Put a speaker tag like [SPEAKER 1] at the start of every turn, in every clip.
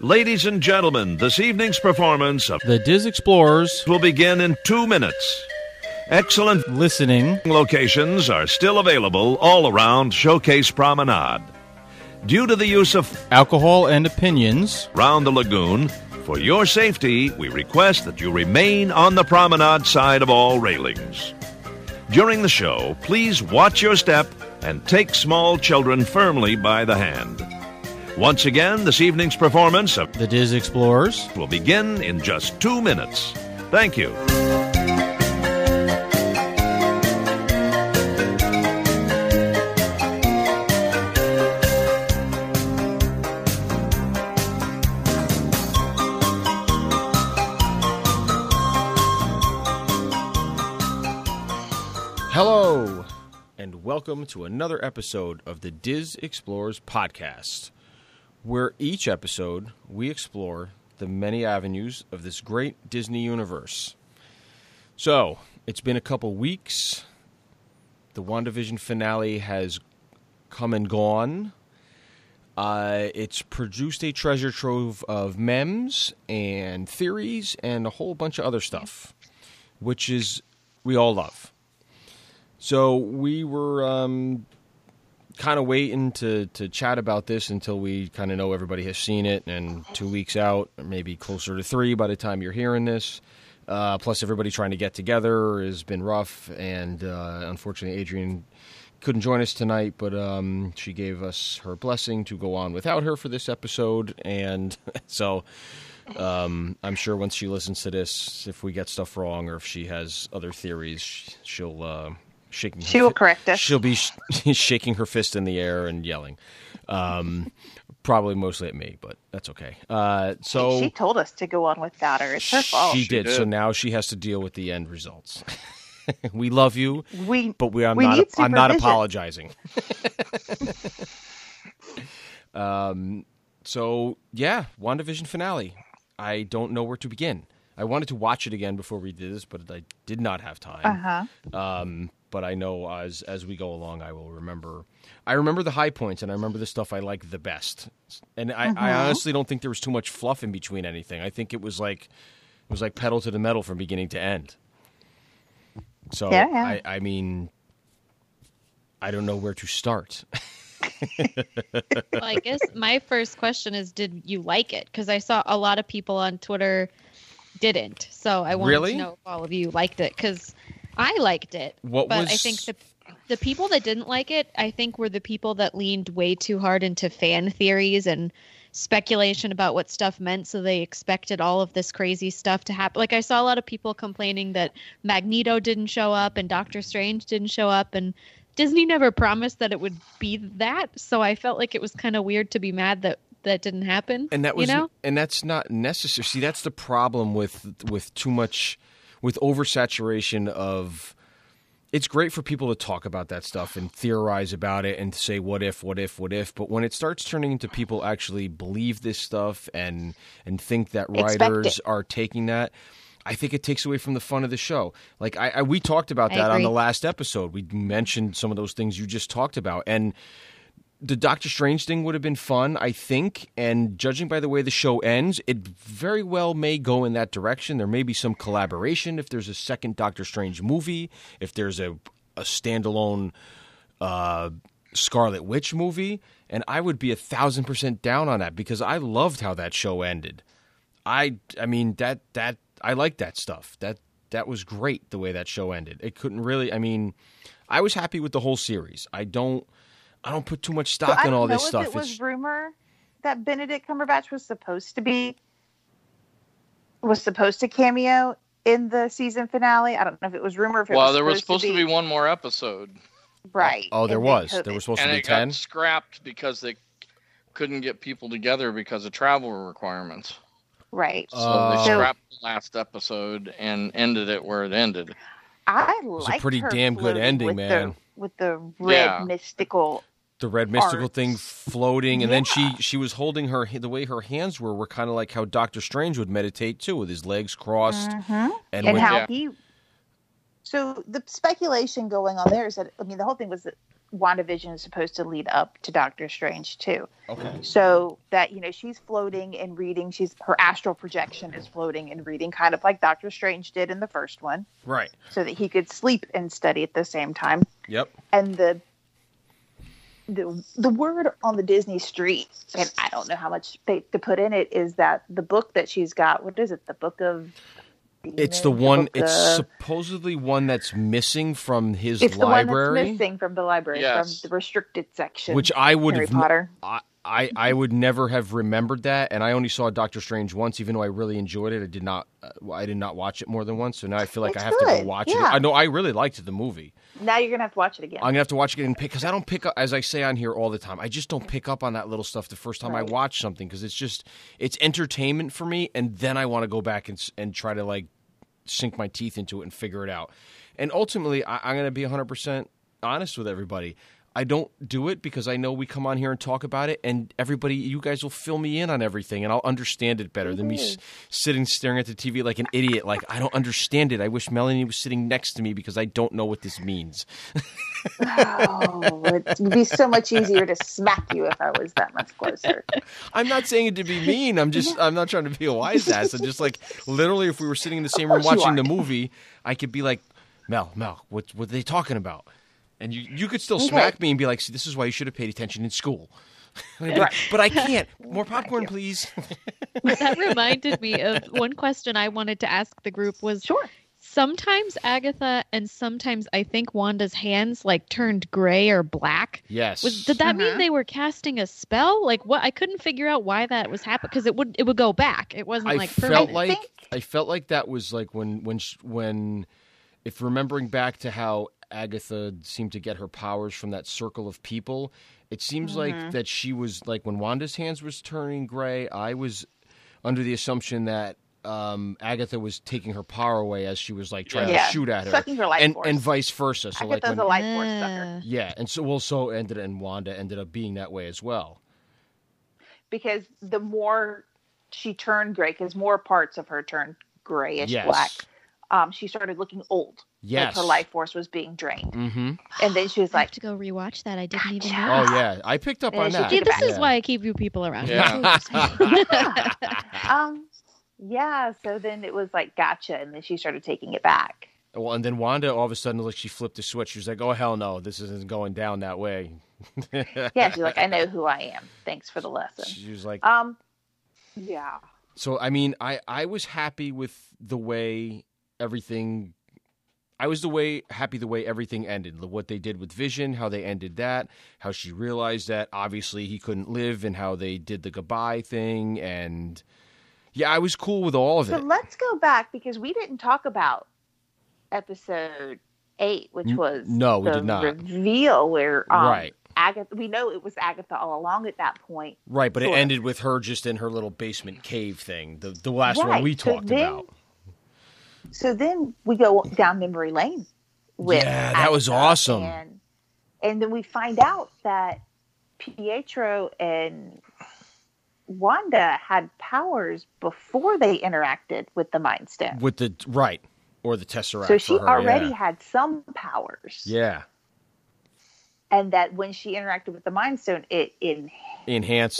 [SPEAKER 1] Ladies and gentlemen, this evening's performance of
[SPEAKER 2] The Diz Explorers
[SPEAKER 1] will begin in two minutes. Excellent
[SPEAKER 2] listening.
[SPEAKER 1] locations are still available all around Showcase Promenade. Due to the use of
[SPEAKER 2] Alcohol and opinions.
[SPEAKER 1] round the lagoon, for your safety, we request that you remain on the promenade side of all railings. During the show, please watch your step and take small children firmly by the hand. Once again, this evening's performance of
[SPEAKER 2] The Diz Explorers.
[SPEAKER 1] will begin in just two minutes. Thank you.
[SPEAKER 3] Hello, and welcome to another episode of the Diz Explorers podcast, where each episode we explore the many avenues of this great Disney universe. So, it's been a couple weeks. The WandaVision finale has come and gone. Uh, it's produced a treasure trove of memes and theories and a whole bunch of other stuff, which is we all love. So we were um, kind of waiting to, to chat about this until we kind of know everybody has seen it, and two weeks out, or maybe closer to three by the time you're hearing this. Uh, plus, everybody trying to get together has been rough, and uh, unfortunately, Adrian couldn't join us tonight, but um, she gave us her blessing to go on without her for this episode, and so. Um, I'm sure once she listens to this, if we get stuff wrong or if she has other theories, sh- she'll uh, shake. her
[SPEAKER 4] She will
[SPEAKER 3] fi-
[SPEAKER 4] correct us.
[SPEAKER 3] She'll be sh- shaking her fist in the air and yelling, um, probably mostly at me, but that's okay. Uh, so
[SPEAKER 4] she told us to go on without her. It's her fault.
[SPEAKER 3] she did. So now she has to deal with the end results. we love you,
[SPEAKER 4] we
[SPEAKER 3] but we are
[SPEAKER 4] we
[SPEAKER 3] not.
[SPEAKER 4] need
[SPEAKER 3] I'm not
[SPEAKER 4] supervision.
[SPEAKER 3] apologizing. um. So yeah, Wandavision finale. I don't know where to begin. I wanted to watch it again before we did this, but I did not have time.
[SPEAKER 4] Uh huh.
[SPEAKER 3] Um, but I know as as we go along, I will remember. I remember the high points, and I remember the stuff I like the best. And I,
[SPEAKER 4] Mm-hmm.
[SPEAKER 3] I honestly don't think there was too much fluff in between anything. I think it was like it was like pedal to the metal from beginning to end. So
[SPEAKER 4] Yeah, yeah.
[SPEAKER 3] I, I mean, I don't know where to start.
[SPEAKER 5] well, I guess my first question is, did you like it? Because I saw a lot of people on Twitter didn't. So I wanted
[SPEAKER 3] Really?
[SPEAKER 5] to know if all of you liked it because I liked it.
[SPEAKER 3] What
[SPEAKER 5] but
[SPEAKER 3] was
[SPEAKER 5] I think the the people that didn't like it, I think, were the people that leaned way too hard into fan theories and speculation about what stuff meant. So they expected all of this crazy stuff to happen. Like I saw a lot of people complaining that Magneto didn't show up and Doctor Strange didn't show up and Disney never promised that it would be that, so I felt like it was kind of weird to be mad that that didn't happen.
[SPEAKER 3] and that was
[SPEAKER 5] Mm-hmm. you know,
[SPEAKER 3] and that's not necessary see that's the problem with with too much with oversaturation of it's great for people to talk about that stuff and theorize about it and say what if what if what if but when it starts turning into people actually believe this stuff and and think that
[SPEAKER 4] Expect it.
[SPEAKER 3] writers are taking that I think it takes away from the fun of the show. Like I, I we talked about
[SPEAKER 5] I
[SPEAKER 3] that on
[SPEAKER 5] agree.
[SPEAKER 3] the last episode. We mentioned some of those things you just talked about, and the Doctor Strange thing would have been fun, I think. And judging by the way the show ends, it very well may go in that direction. There may be some collaboration if there's a second Doctor Strange movie, if there's a a standalone uh, Scarlet Witch movie, and I would be a thousand percent down on that because I loved how that show ended. I I mean that that I like that stuff. That that was great the way that show ended. It couldn't really. I mean, I was happy with the whole series. I don't I don't put too much
[SPEAKER 4] So
[SPEAKER 3] stock
[SPEAKER 4] I
[SPEAKER 3] in
[SPEAKER 4] don't
[SPEAKER 3] all
[SPEAKER 4] know
[SPEAKER 3] this
[SPEAKER 4] if
[SPEAKER 3] stuff.
[SPEAKER 4] it was
[SPEAKER 3] It's-
[SPEAKER 4] rumor that Benedict Cumberbatch was supposed to be was supposed to cameo in the season finale. I don't know if it was rumor. If it
[SPEAKER 6] Well,
[SPEAKER 4] was
[SPEAKER 6] there was supposed to be one more episode,
[SPEAKER 4] right.
[SPEAKER 3] oh, there
[SPEAKER 4] and then
[SPEAKER 3] was.
[SPEAKER 4] COVID.
[SPEAKER 3] There was supposed
[SPEAKER 6] and
[SPEAKER 3] to be
[SPEAKER 6] it
[SPEAKER 3] ten.
[SPEAKER 6] got scrapped because they couldn't get people together because of travel requirements.
[SPEAKER 4] right.
[SPEAKER 6] So
[SPEAKER 3] Uh,
[SPEAKER 6] they scrapped the last episode and ended it where it ended.
[SPEAKER 4] I
[SPEAKER 3] was a
[SPEAKER 4] like
[SPEAKER 3] pretty damn good ending,
[SPEAKER 4] with
[SPEAKER 3] man.
[SPEAKER 4] The, with the red
[SPEAKER 6] Yeah.
[SPEAKER 4] mystical.
[SPEAKER 3] the red mystical
[SPEAKER 4] arts.
[SPEAKER 3] thing floating, and then she she was holding her the way her hands were were kind of like how Doctor Strange would meditate too, with his legs crossed
[SPEAKER 4] Mhm.
[SPEAKER 3] and
[SPEAKER 4] And
[SPEAKER 3] with
[SPEAKER 4] how
[SPEAKER 6] Yeah.
[SPEAKER 4] he So the speculation going on there is that I mean the whole thing was that WandaVision is supposed to lead up to Doctor Strange too.
[SPEAKER 3] Okay.
[SPEAKER 4] So that you know she's floating and reading. She's her astral projection is floating and reading, kind of like Doctor Strange did in the first one,
[SPEAKER 3] Right.
[SPEAKER 4] so that he could sleep and study at the same time.
[SPEAKER 3] Yep.
[SPEAKER 4] And the the the word on the Disney street, and I don't know how much they, to put in it, is that the book that she's got. What is it? The book of.
[SPEAKER 3] It's
[SPEAKER 4] Demons,
[SPEAKER 3] the one.
[SPEAKER 4] book
[SPEAKER 3] It's
[SPEAKER 4] of-
[SPEAKER 3] supposedly one that's missing from his
[SPEAKER 4] it's the one
[SPEAKER 3] library,
[SPEAKER 4] that's missing from the library
[SPEAKER 6] Yes.
[SPEAKER 4] from the restricted section
[SPEAKER 3] which I would
[SPEAKER 4] harry
[SPEAKER 3] have.
[SPEAKER 4] potter
[SPEAKER 3] I, I I would never have remembered that, and I only saw Doctor Strange once. Even though I really enjoyed it, I did not. Uh, I did not watch it more than once, so now I feel like
[SPEAKER 4] It's
[SPEAKER 3] I have to go
[SPEAKER 4] good,
[SPEAKER 3] watch it.
[SPEAKER 4] yeah.
[SPEAKER 3] I know I really liked the movie.
[SPEAKER 4] now you're gonna have to watch it again
[SPEAKER 3] I'm gonna have to watch it again because I don't pick up, as I say on here all the time. I just don't pick up on that little stuff the first time I
[SPEAKER 4] Right.
[SPEAKER 3] watch something because it's just it's entertainment for me, and then I want to go back and s- and try to like sink my teeth into it and figure it out. And ultimately, I, I'm gonna be 100 percent honest with everybody. I don't do it because I know we come on here and talk about it, and everybody, you guys will fill me in on everything, and I'll understand it better than me s- sitting staring at the TV like an idiot. Like I don't understand it. I wish Melanie was sitting next to me because I don't know what this means.
[SPEAKER 4] oh it would be so much easier to smack you if i was that much closer
[SPEAKER 3] I'm not saying it to be mean. I'm just I'm not trying to be a wise ass. I'm just like literally if we were sitting in the same room
[SPEAKER 4] course you
[SPEAKER 3] watching the
[SPEAKER 4] aren't.
[SPEAKER 3] movie, I could be like, Mel, Mel, what what are they talking about? And you you could still
[SPEAKER 4] Okay.
[SPEAKER 3] smack me and be like, see, this is why you should have paid attention in school. And I'd be like, but I can't. More popcorn, please.
[SPEAKER 5] that reminded me of one question I wanted to ask the group was
[SPEAKER 4] sure
[SPEAKER 5] sometimes Agatha and sometimes I think Wanda's hands like turned gray or black.
[SPEAKER 3] yes.
[SPEAKER 5] Was, did that mean
[SPEAKER 4] Mhm.
[SPEAKER 5] they were casting a spell? Like what? I couldn't figure out why that was happening because it would it would go back. It wasn't
[SPEAKER 3] I
[SPEAKER 5] like
[SPEAKER 3] felt
[SPEAKER 5] permanent.
[SPEAKER 3] like
[SPEAKER 4] think-
[SPEAKER 3] I felt like that was like when when sh- when if remembering back to how Agatha seemed to get her powers from that circle of people, it seems
[SPEAKER 4] Mm-hmm.
[SPEAKER 3] like that she was like when Wanda's hands was turning gray, I was under the assumption that um, Agatha was taking her power away as she was like trying
[SPEAKER 4] Yeah.
[SPEAKER 3] to shoot at her
[SPEAKER 4] Sucking her life
[SPEAKER 3] and
[SPEAKER 4] force.
[SPEAKER 3] and vice versa. So
[SPEAKER 4] i
[SPEAKER 3] like
[SPEAKER 4] get those
[SPEAKER 3] when,
[SPEAKER 4] a life force sucker
[SPEAKER 5] Ah.
[SPEAKER 3] yeah, and so well so ended and Wanda ended up being that way as well.
[SPEAKER 4] because the more she turned gray because more parts of her turned grayish
[SPEAKER 3] yes.
[SPEAKER 4] black um, she started looking old
[SPEAKER 3] Yes.
[SPEAKER 4] like her life force was being drained
[SPEAKER 3] Mm-hmm.
[SPEAKER 4] and then she was
[SPEAKER 5] I have
[SPEAKER 4] like
[SPEAKER 5] to go rewatch that. I didn't even.
[SPEAKER 4] Gotcha.
[SPEAKER 5] Know.
[SPEAKER 3] Oh yeah, I picked up
[SPEAKER 4] Yeah,
[SPEAKER 3] on
[SPEAKER 4] she
[SPEAKER 3] that.
[SPEAKER 5] See, this
[SPEAKER 3] Yeah.
[SPEAKER 5] is why I keep you people around.
[SPEAKER 6] Yeah.
[SPEAKER 5] It's so exciting.
[SPEAKER 4] um yeah so then it was like gotcha and then she started taking it back
[SPEAKER 3] Well, and then Wanda all of a sudden, like she flipped a switch. She was like, "Oh hell no, this isn't going down that way."
[SPEAKER 4] yeah she's like i know who i am thanks for the lesson
[SPEAKER 3] She was like,
[SPEAKER 4] um yeah
[SPEAKER 3] "So I mean, I I was happy with the way everything. I was the way happy the way everything ended. the- What they did with Vision, how they ended that, how she realized that obviously he couldn't live, and how they did the goodbye thing, and yeah, I was cool with all of
[SPEAKER 4] so
[SPEAKER 3] it.
[SPEAKER 4] let's go back because we didn't talk about episode eight which
[SPEAKER 3] N-
[SPEAKER 4] was
[SPEAKER 3] no, we
[SPEAKER 4] the
[SPEAKER 3] did not.
[SPEAKER 4] reveal where um,
[SPEAKER 3] Right.
[SPEAKER 4] agatha we know it was agatha all along at that point
[SPEAKER 3] Right, but it
[SPEAKER 4] Sure.
[SPEAKER 3] ended with her just in her little basement cave thing. The the last one
[SPEAKER 4] Right,
[SPEAKER 3] we
[SPEAKER 4] so
[SPEAKER 3] talked
[SPEAKER 4] then-
[SPEAKER 3] about.
[SPEAKER 4] so then we go down memory lane with
[SPEAKER 3] Yeah, that was
[SPEAKER 4] Agatha
[SPEAKER 3] awesome.
[SPEAKER 4] and, and then we find out that pietro and wanda had powers before they interacted with the mind stone
[SPEAKER 3] with the right or the tesseract.
[SPEAKER 4] so she
[SPEAKER 3] for her,
[SPEAKER 4] already
[SPEAKER 3] yeah.
[SPEAKER 4] had some powers
[SPEAKER 3] yeah
[SPEAKER 4] and that when she interacted with the mind stone it enhanced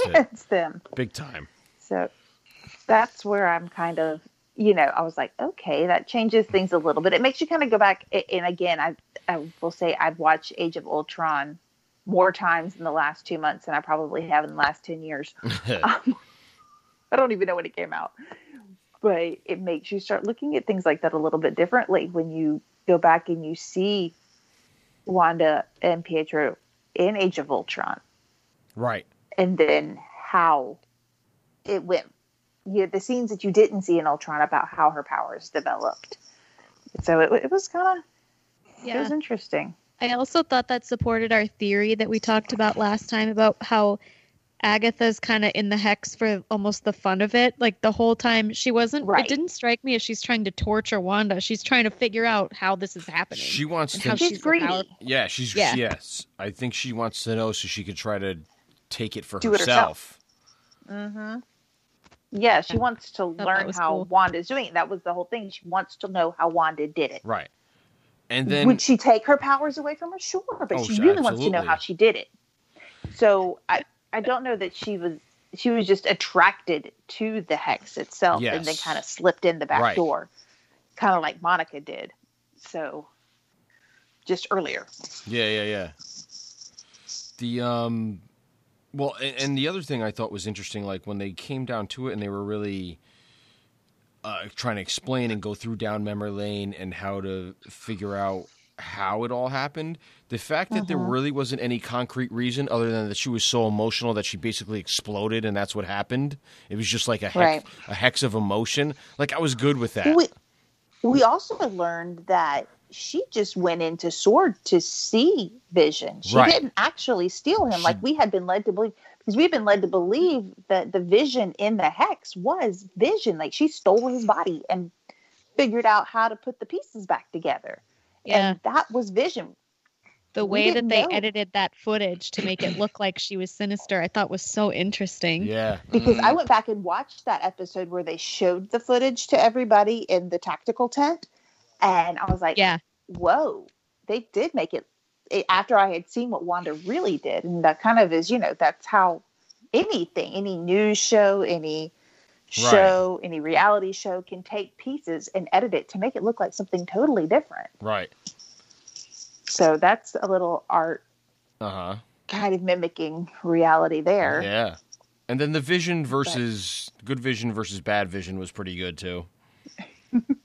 [SPEAKER 3] enhanced it
[SPEAKER 4] them
[SPEAKER 3] big time.
[SPEAKER 4] so that's where i'm kind of you know i was like okay that changes things a little bit it makes you kind of go back a- and again i i will say i've watched age of ultron more times in the last two months than i probably have in the last 10 years Ah. i don't even know when it came out but it makes you start looking at things like that a little bit differently when you go back and you see wanda and pietro in age of ultron
[SPEAKER 3] right.
[SPEAKER 4] and then how it went. You the scenes that you didn't see in Ultron about how her powers developed. So it, it was kind of it
[SPEAKER 5] yeah.
[SPEAKER 4] was interesting.
[SPEAKER 5] I also thought that supported our theory that we talked about last time about how Agatha's kind of in the hex for almost the fun of it. Like the whole time she wasn't.
[SPEAKER 4] Right.
[SPEAKER 5] It didn't strike me as she's trying to torture Wanda. She's trying to figure out how this is happening.
[SPEAKER 3] She wants
[SPEAKER 5] and
[SPEAKER 3] to.
[SPEAKER 5] how
[SPEAKER 4] She's
[SPEAKER 5] Oh, she's
[SPEAKER 4] greedy.
[SPEAKER 5] empowered.
[SPEAKER 3] yeah, she's
[SPEAKER 5] Yeah.
[SPEAKER 3] yes. I think she wants to know so she could try to take it for
[SPEAKER 4] Do it
[SPEAKER 3] herself.
[SPEAKER 4] herself. Mm-hmm. Yeah, she wants to
[SPEAKER 5] Oh, that
[SPEAKER 4] learn
[SPEAKER 5] was
[SPEAKER 4] how
[SPEAKER 5] cool.
[SPEAKER 4] Wanda's doing it. That was the whole thing. She wants to know how Wanda did it.
[SPEAKER 3] Right. And then
[SPEAKER 4] would she take her powers away from her? Sure, but
[SPEAKER 3] Oh,
[SPEAKER 4] she
[SPEAKER 3] sh-
[SPEAKER 4] really wants to know
[SPEAKER 3] absolutely.
[SPEAKER 4] how she did it. So I, I don't know that she was she was just attracted to the hex itself and then
[SPEAKER 3] Yes.
[SPEAKER 4] kind of slipped in the back
[SPEAKER 3] Right.
[SPEAKER 4] door, kind of like Monica did. So just earlier,
[SPEAKER 3] Yeah, yeah, yeah. The um well a- and, the other thing I thought was interesting like when they came down to it and they were really uh, trying to explain and go through down memory lane and how to figure out how it all happened. The fact that
[SPEAKER 4] Uh-huh.
[SPEAKER 3] there really wasn't any concrete reason other than that she was so emotional that she basically exploded and that's what happened. It was just like a hex,
[SPEAKER 4] Right.
[SPEAKER 3] a hex of emotion. Like I was good with that.
[SPEAKER 4] we we also learned that she just went into sword to see vision she
[SPEAKER 3] Right.
[SPEAKER 4] didn't actually steal him
[SPEAKER 3] She-
[SPEAKER 4] like we had been led to believe because we've been led to believe that the vision in the hex was vision like she stole his body and figured out how to put the pieces back together
[SPEAKER 5] Yeah.
[SPEAKER 4] and that was vision
[SPEAKER 5] the
[SPEAKER 4] we
[SPEAKER 5] way that
[SPEAKER 4] didn't
[SPEAKER 5] they
[SPEAKER 4] know.
[SPEAKER 5] edited that footage to make it look like she was sinister, I thought was so interesting.
[SPEAKER 3] yeah.
[SPEAKER 4] because I
[SPEAKER 3] Mm.
[SPEAKER 6] Mhm.
[SPEAKER 4] went back and watched that episode where they showed the footage to everybody in the tactical tent, and I was like,
[SPEAKER 5] Yeah.
[SPEAKER 4] whoa, they did make it, it after I had seen what Wanda really did. And that kind of is, you know, that's how anything, any news show, any show, any reality show can take pieces and edit it to make it look like something totally different.
[SPEAKER 3] Right.
[SPEAKER 4] So that's a little art
[SPEAKER 3] Uh-huh.
[SPEAKER 4] kind of mimicking reality there.
[SPEAKER 3] Yeah. And then the vision versus good vision versus bad vision was pretty good too.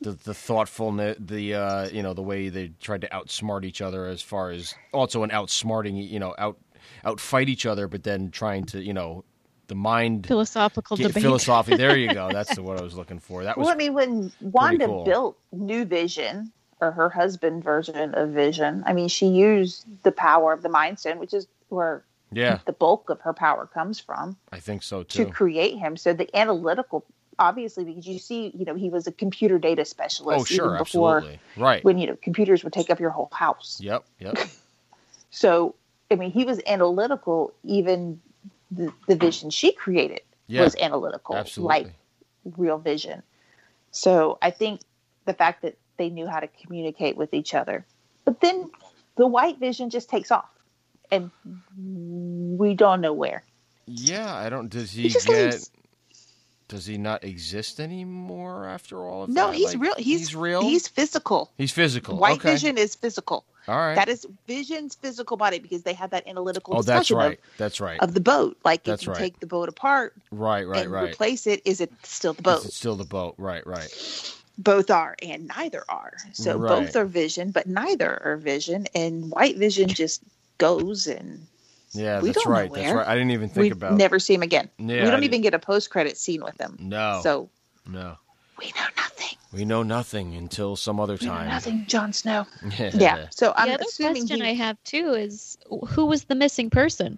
[SPEAKER 3] the the thoughtfulness, the uh, you know, the way they tried to outsmart each other as far as also an outsmarting, you know, out outfight each other, but then trying to, you know, the mind
[SPEAKER 5] Philosophical
[SPEAKER 3] get
[SPEAKER 5] debate.
[SPEAKER 3] philosophy. There you go. That's the what I was looking for. That was
[SPEAKER 4] Well, I mean, when Wanda
[SPEAKER 3] cool.
[SPEAKER 4] built New Vision or her husband version of Vision, I mean, she used the power of the Mind Stone, which is where
[SPEAKER 3] yeah,
[SPEAKER 4] the bulk of her power comes from,
[SPEAKER 3] I think so
[SPEAKER 4] to
[SPEAKER 3] too.
[SPEAKER 4] create him. So the analytical, obviously, because you see, you know, he was a computer data specialist.
[SPEAKER 3] Oh, sure,
[SPEAKER 4] even before
[SPEAKER 3] absolutely. Right.
[SPEAKER 4] When you know computers would take up your whole house.
[SPEAKER 3] Yep, yep.
[SPEAKER 4] So I mean, he was analytical. Even the, the vision she created
[SPEAKER 3] Yeah.
[SPEAKER 4] was analytical. Like
[SPEAKER 3] Absolutely.
[SPEAKER 4] real vision. So I think the fact that they knew how to communicate with each other. But then the white vision just takes off and we don't know where.
[SPEAKER 3] Yeah, I don't does he,
[SPEAKER 4] He just
[SPEAKER 3] get
[SPEAKER 4] leaves.
[SPEAKER 3] does he not exist anymore after all of
[SPEAKER 4] No,
[SPEAKER 3] that?
[SPEAKER 4] he's
[SPEAKER 3] Like,
[SPEAKER 4] real. He's,
[SPEAKER 3] real.
[SPEAKER 4] He's physical.
[SPEAKER 3] He's physical.
[SPEAKER 4] White
[SPEAKER 3] okay.
[SPEAKER 4] vision is physical.
[SPEAKER 3] All right.
[SPEAKER 4] That is vision's physical body because they had that analytical
[SPEAKER 3] oh, that's
[SPEAKER 4] discussion
[SPEAKER 3] right. That's right.
[SPEAKER 4] of, of the boat. Like
[SPEAKER 3] That's
[SPEAKER 4] if you
[SPEAKER 3] right.
[SPEAKER 4] take the boat apart
[SPEAKER 3] right. Right.
[SPEAKER 4] and
[SPEAKER 3] Right.
[SPEAKER 4] replace it, is it still the
[SPEAKER 3] It's
[SPEAKER 4] boat?
[SPEAKER 3] still the boat. Right. Right.
[SPEAKER 4] both are and neither are. So
[SPEAKER 3] Right.
[SPEAKER 4] both are vision, but neither are vision. And white vision just goes and
[SPEAKER 3] Yeah.
[SPEAKER 4] We
[SPEAKER 3] that's
[SPEAKER 4] don't know
[SPEAKER 3] right. That's
[SPEAKER 4] where.
[SPEAKER 3] right. I didn't even think
[SPEAKER 4] we
[SPEAKER 3] about.
[SPEAKER 4] never see him again.
[SPEAKER 3] Yeah,
[SPEAKER 4] we
[SPEAKER 3] I
[SPEAKER 4] don't even get a post credit scene with him.
[SPEAKER 3] no.
[SPEAKER 4] So
[SPEAKER 3] no.
[SPEAKER 4] we know nothing.
[SPEAKER 3] We know nothing until some other
[SPEAKER 4] We know
[SPEAKER 3] time.
[SPEAKER 4] nothing, Jon Snow.
[SPEAKER 3] Yeah.
[SPEAKER 4] Yeah. So
[SPEAKER 5] The
[SPEAKER 4] I'm
[SPEAKER 5] other
[SPEAKER 4] assuming
[SPEAKER 5] question
[SPEAKER 4] he,
[SPEAKER 5] I have too is who was the missing person?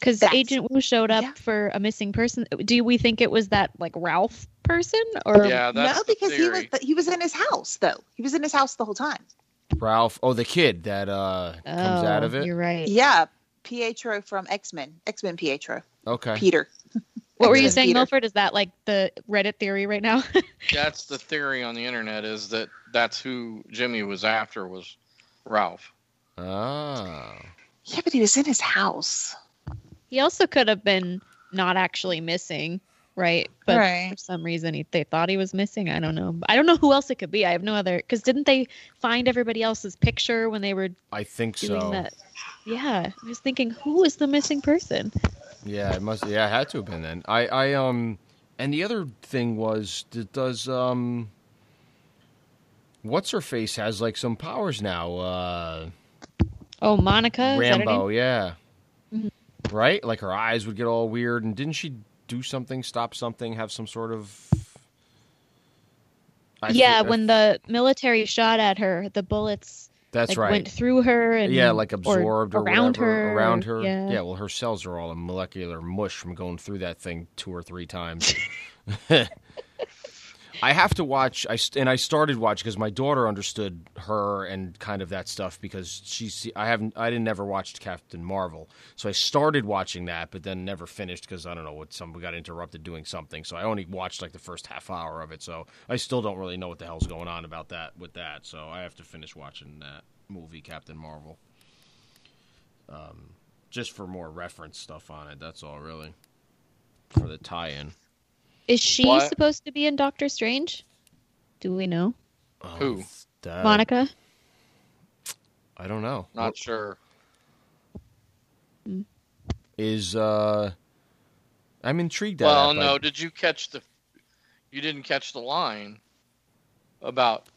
[SPEAKER 5] Because
[SPEAKER 4] That's-
[SPEAKER 5] Agent Wu showed up
[SPEAKER 4] yeah.
[SPEAKER 5] for a missing person. Do we think it was that like Ralph person or
[SPEAKER 6] yeah, that's
[SPEAKER 4] no,
[SPEAKER 6] the
[SPEAKER 4] because he
[SPEAKER 6] theory.
[SPEAKER 4] was he was in his house though. He was in his house the whole time.
[SPEAKER 3] Ralph. Oh, the kid that uh comes out
[SPEAKER 5] Oh,
[SPEAKER 3] of it.
[SPEAKER 5] You're right.
[SPEAKER 4] Yeah, Pietro from X Men. X Men Pietro.
[SPEAKER 3] Okay.
[SPEAKER 4] Peter.
[SPEAKER 5] What were
[SPEAKER 4] X-Men
[SPEAKER 5] you saying,
[SPEAKER 4] Peter.
[SPEAKER 5] Milford? Is that like the Reddit theory right now?
[SPEAKER 6] that's the theory on the internet is that that's who Jimmy was after was Ralph.
[SPEAKER 3] Ah.
[SPEAKER 4] Yeah, but he was in his house.
[SPEAKER 5] he also could have been not actually missing, right? But for
[SPEAKER 4] right.
[SPEAKER 5] some reason he, they thought he was missing. I don't know. I don't know who else it could be. I have no other. Because didn't they find everybody else's picture when they were
[SPEAKER 3] I think
[SPEAKER 5] doing
[SPEAKER 3] so.
[SPEAKER 5] that? Yeah, I was thinking, who is the missing person?
[SPEAKER 3] Yeah, it must. Yeah, it had to have been then. I, I, um, and the other thing was, d- does um, what's her face has like some powers now? Uh,
[SPEAKER 5] Oh, Monica. Is that her
[SPEAKER 3] Rambo,
[SPEAKER 5] name?
[SPEAKER 3] yeah,
[SPEAKER 5] Mhm.
[SPEAKER 3] right. Like her eyes would get all weird, and didn't she do something? Stop something? Have some sort of? I
[SPEAKER 5] yeah,
[SPEAKER 3] thi- I-
[SPEAKER 5] when the military shot at her, the bullets
[SPEAKER 3] that's
[SPEAKER 5] like,
[SPEAKER 3] right.
[SPEAKER 5] went through her and
[SPEAKER 3] yeah, like
[SPEAKER 5] or
[SPEAKER 3] absorbed or,
[SPEAKER 5] around
[SPEAKER 3] whatever,
[SPEAKER 5] her.
[SPEAKER 3] around her.
[SPEAKER 5] Yeah.
[SPEAKER 3] well, her cells are all a molecular mush from going through that thing two or three times. I have to watch. I st- and I started watching because my daughter understood her and kind of that stuff because she. See, I haven't. I didn't ever watched Captain Marvel, so I started watching that, but then never finished because I don't know what some we got interrupted doing something. So I only watched like the first half hour of it. So I still don't really know what the hell's going on about that with that. So I have to finish watching that movie, Captain Marvel. Um, just for more reference stuff on it. That's all really for the tie-in.
[SPEAKER 5] Is she
[SPEAKER 6] What?
[SPEAKER 5] supposed to be in Doctor Strange? Do we know?
[SPEAKER 6] Who?
[SPEAKER 3] Oh, That-
[SPEAKER 5] Monica?
[SPEAKER 3] I don't know.
[SPEAKER 6] Not sure.
[SPEAKER 3] is uh I'm intrigued at
[SPEAKER 6] Well,
[SPEAKER 3] it, but
[SPEAKER 6] no. Did you catch the? You didn't catch the line about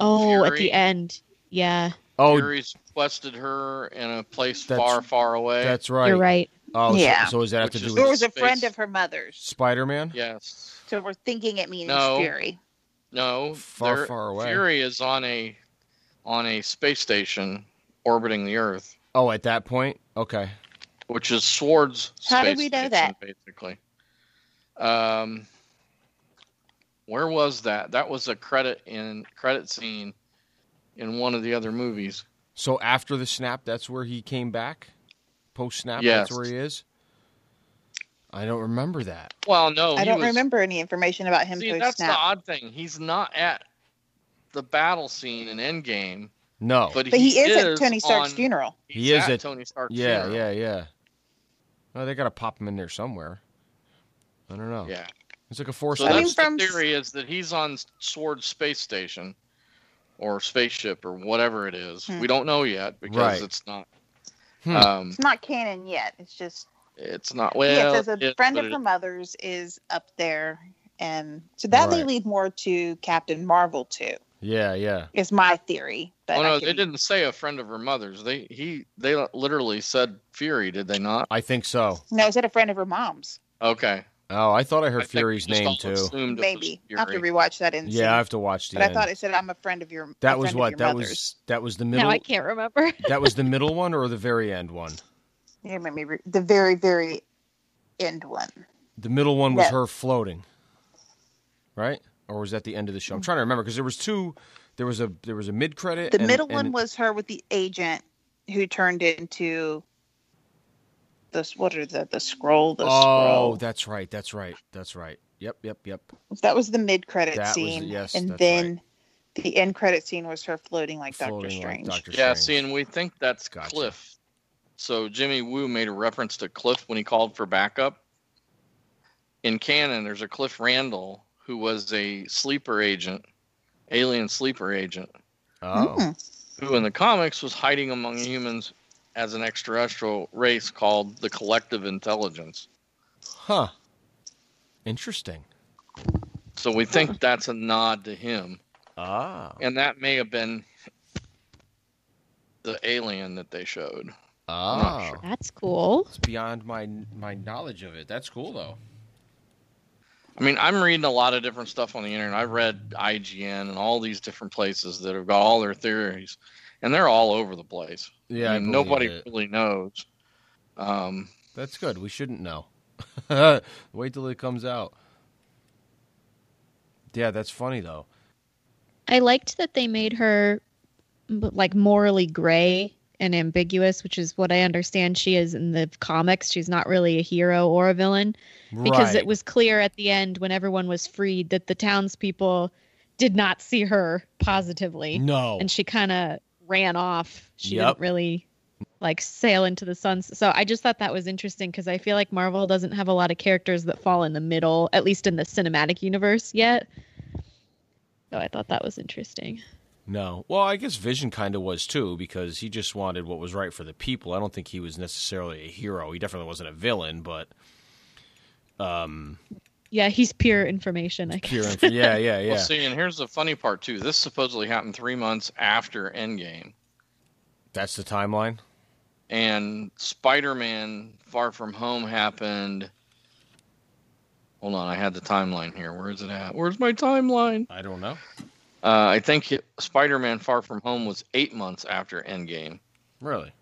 [SPEAKER 5] Oh, at
[SPEAKER 6] Fury.
[SPEAKER 5] the end. Yeah,
[SPEAKER 3] Oh,
[SPEAKER 6] Fury's quested her in a place
[SPEAKER 3] That's-
[SPEAKER 6] far, far away.
[SPEAKER 3] that's right.
[SPEAKER 5] you're right.
[SPEAKER 3] Oh, so-
[SPEAKER 4] Yeah.
[SPEAKER 3] so, is that have to
[SPEAKER 6] Which
[SPEAKER 3] do
[SPEAKER 6] is-
[SPEAKER 4] Who
[SPEAKER 3] with
[SPEAKER 4] was a
[SPEAKER 6] Space.
[SPEAKER 4] friend of her mother's.
[SPEAKER 3] Spider-Man?
[SPEAKER 6] Yes.
[SPEAKER 4] So we're thinking it means
[SPEAKER 6] No.
[SPEAKER 4] Fury.
[SPEAKER 6] No.
[SPEAKER 3] Far,
[SPEAKER 6] they're-
[SPEAKER 3] far away.
[SPEAKER 6] Fury is on a on a space station orbiting the Earth,
[SPEAKER 3] Oh, at that point? Okay.
[SPEAKER 6] which is Sword's
[SPEAKER 4] How
[SPEAKER 6] space
[SPEAKER 4] did we know
[SPEAKER 6] station,
[SPEAKER 4] that?
[SPEAKER 6] basically. Um, where was that? That was a credit in credit scene in one of the other movies.
[SPEAKER 3] So after the snap, that's where he came back? Post snap,
[SPEAKER 6] Yes.
[SPEAKER 3] that's where he is? I don't remember that.
[SPEAKER 6] Well, no,
[SPEAKER 4] I
[SPEAKER 6] he
[SPEAKER 4] don't
[SPEAKER 6] was-
[SPEAKER 4] remember any information about him.
[SPEAKER 6] See,
[SPEAKER 4] post
[SPEAKER 6] that's the
[SPEAKER 4] snap.
[SPEAKER 6] odd thing. He's not at the battle scene in Endgame,
[SPEAKER 3] No.
[SPEAKER 6] but,
[SPEAKER 4] but he, is,
[SPEAKER 6] is
[SPEAKER 4] at Tony Stark's
[SPEAKER 6] on-
[SPEAKER 4] funeral.
[SPEAKER 6] he's
[SPEAKER 3] Oh. He is
[SPEAKER 6] at,
[SPEAKER 3] at-
[SPEAKER 6] Tony Stark's
[SPEAKER 3] yeah,
[SPEAKER 6] funeral.
[SPEAKER 3] yeah, yeah. Oh, they got to pop him in there somewhere. I don't know.
[SPEAKER 6] yeah.
[SPEAKER 3] It's like a force.
[SPEAKER 6] So
[SPEAKER 4] I mean,
[SPEAKER 6] that's
[SPEAKER 4] from-
[SPEAKER 6] the theory is that he's on Sword's space station or spaceship or whatever it is.
[SPEAKER 4] Hmm.
[SPEAKER 6] We don't know yet because
[SPEAKER 3] Right.
[SPEAKER 6] it's not.
[SPEAKER 3] Hmm.
[SPEAKER 6] Um,
[SPEAKER 4] It's not canon yet. It's just
[SPEAKER 6] it's not
[SPEAKER 4] yeah,
[SPEAKER 6] well.
[SPEAKER 4] it says a
[SPEAKER 6] it-
[SPEAKER 4] friend
[SPEAKER 6] but
[SPEAKER 4] of
[SPEAKER 6] it-
[SPEAKER 4] her mother's is up there, and so that may
[SPEAKER 3] Right.
[SPEAKER 4] lead more to Captain Marvel too.
[SPEAKER 3] yeah, yeah.
[SPEAKER 4] Is my theory. But
[SPEAKER 6] Oh
[SPEAKER 4] I
[SPEAKER 6] no,
[SPEAKER 4] could
[SPEAKER 6] they
[SPEAKER 4] be-
[SPEAKER 6] didn't say a friend of her mother's. They he they literally said Fury, did they not?
[SPEAKER 3] I think so.
[SPEAKER 4] No, is it a friend of her mom's?
[SPEAKER 6] Okay.
[SPEAKER 3] Oh, I thought I
[SPEAKER 6] I
[SPEAKER 3] heard
[SPEAKER 6] think we
[SPEAKER 3] Fury's
[SPEAKER 6] just
[SPEAKER 3] name
[SPEAKER 6] all
[SPEAKER 3] too.
[SPEAKER 6] assumed it was
[SPEAKER 4] Maybe. I have to
[SPEAKER 6] Fury.
[SPEAKER 4] rewatch that in.
[SPEAKER 3] Yeah, I have to watch the
[SPEAKER 4] but I
[SPEAKER 3] end.
[SPEAKER 4] thought it said I'm a friend of your. a
[SPEAKER 3] That was
[SPEAKER 4] friend of
[SPEAKER 3] what
[SPEAKER 4] your
[SPEAKER 3] that
[SPEAKER 4] mother's."
[SPEAKER 3] was. That was the
[SPEAKER 5] Now
[SPEAKER 3] middle.
[SPEAKER 5] I can't remember.
[SPEAKER 3] that was the middle one or the very end one.
[SPEAKER 4] You made me re- the very very end one.
[SPEAKER 3] The middle one was
[SPEAKER 4] No.
[SPEAKER 3] her floating, right? Or was that the end of the show? I'm trying to remember because there was two. There was a there was a mid credit.
[SPEAKER 4] The middle one was her with the agent who turned into the what are the the scroll the
[SPEAKER 3] oh,
[SPEAKER 4] scroll
[SPEAKER 3] that's right. That's right. That's right. Yep. Yep. Yep.
[SPEAKER 4] that was the mid credit
[SPEAKER 3] That was the-
[SPEAKER 4] scene
[SPEAKER 3] yes,
[SPEAKER 4] and
[SPEAKER 3] that's
[SPEAKER 4] then the end credit scene was her floating like Doctor
[SPEAKER 3] Floating
[SPEAKER 4] Strange.
[SPEAKER 3] Like Doctor
[SPEAKER 6] Yeah, see,
[SPEAKER 3] Strange.
[SPEAKER 6] and we think that's
[SPEAKER 3] Gotcha.
[SPEAKER 6] Cliff. So Jimmy Woo made a reference to Cliff when he called for backup. In canon, there's a Cliff Randall who was a sleeper agent, alien sleeper agent,
[SPEAKER 3] Oh,
[SPEAKER 4] Mhm.
[SPEAKER 6] who in the comics was hiding among humans as an extraterrestrial race called the Collective Intelligence.
[SPEAKER 3] huh. Interesting.
[SPEAKER 6] So we think that's a nod to him,
[SPEAKER 3] Ah.
[SPEAKER 6] and that may have been the alien that they showed.
[SPEAKER 3] Ah.
[SPEAKER 5] That's cool.
[SPEAKER 3] It's beyond my my knowledge of it. That's cool though.
[SPEAKER 6] I mean, I'm reading a lot of different stuff on the internet. I've read IGN and all these different places that have got all their theories, and they're all over the place.
[SPEAKER 3] Yeah.
[SPEAKER 6] I
[SPEAKER 3] I
[SPEAKER 6] mean,
[SPEAKER 3] believe
[SPEAKER 6] nobody
[SPEAKER 3] it.
[SPEAKER 6] really knows. Um,
[SPEAKER 3] That's good. We shouldn't know. Wait till it comes out. Yeah, that's funny though.
[SPEAKER 5] I liked that they made her m- like morally gray and ambiguous, which is what I understand she is in the comics. She's not really a hero or a villain because
[SPEAKER 3] Right.
[SPEAKER 5] it was clear at the end when everyone was freed that the townspeople did not see her positively.
[SPEAKER 3] no.
[SPEAKER 5] and she kind of ran off. She
[SPEAKER 3] Yep.
[SPEAKER 5] didn't really like sail into the sun. So I just thought that was interesting because I feel like Marvel doesn't have a lot of characters that fall in the middle, at least in the cinematic universe yet. So I thought that was interesting.
[SPEAKER 3] No. Well, I guess Vision kind of was too because he just wanted what was right for the people. I don't think he was necessarily a hero. He definitely wasn't a villain, but um
[SPEAKER 5] Yeah, he's pure information. I guess.
[SPEAKER 3] pure inf- yeah, yeah, yeah.
[SPEAKER 6] Well, see, and here's the funny part too. This supposedly happened three months after Endgame,
[SPEAKER 3] That's the timeline.
[SPEAKER 6] and Spider-Man: Far From Home happened. Hold on, I had the timeline here. Where is it at? Where's my timeline?
[SPEAKER 3] I don't know.
[SPEAKER 6] Uh, I think it- Spider-Man: Far From Home was eight months after Endgame.
[SPEAKER 3] Really.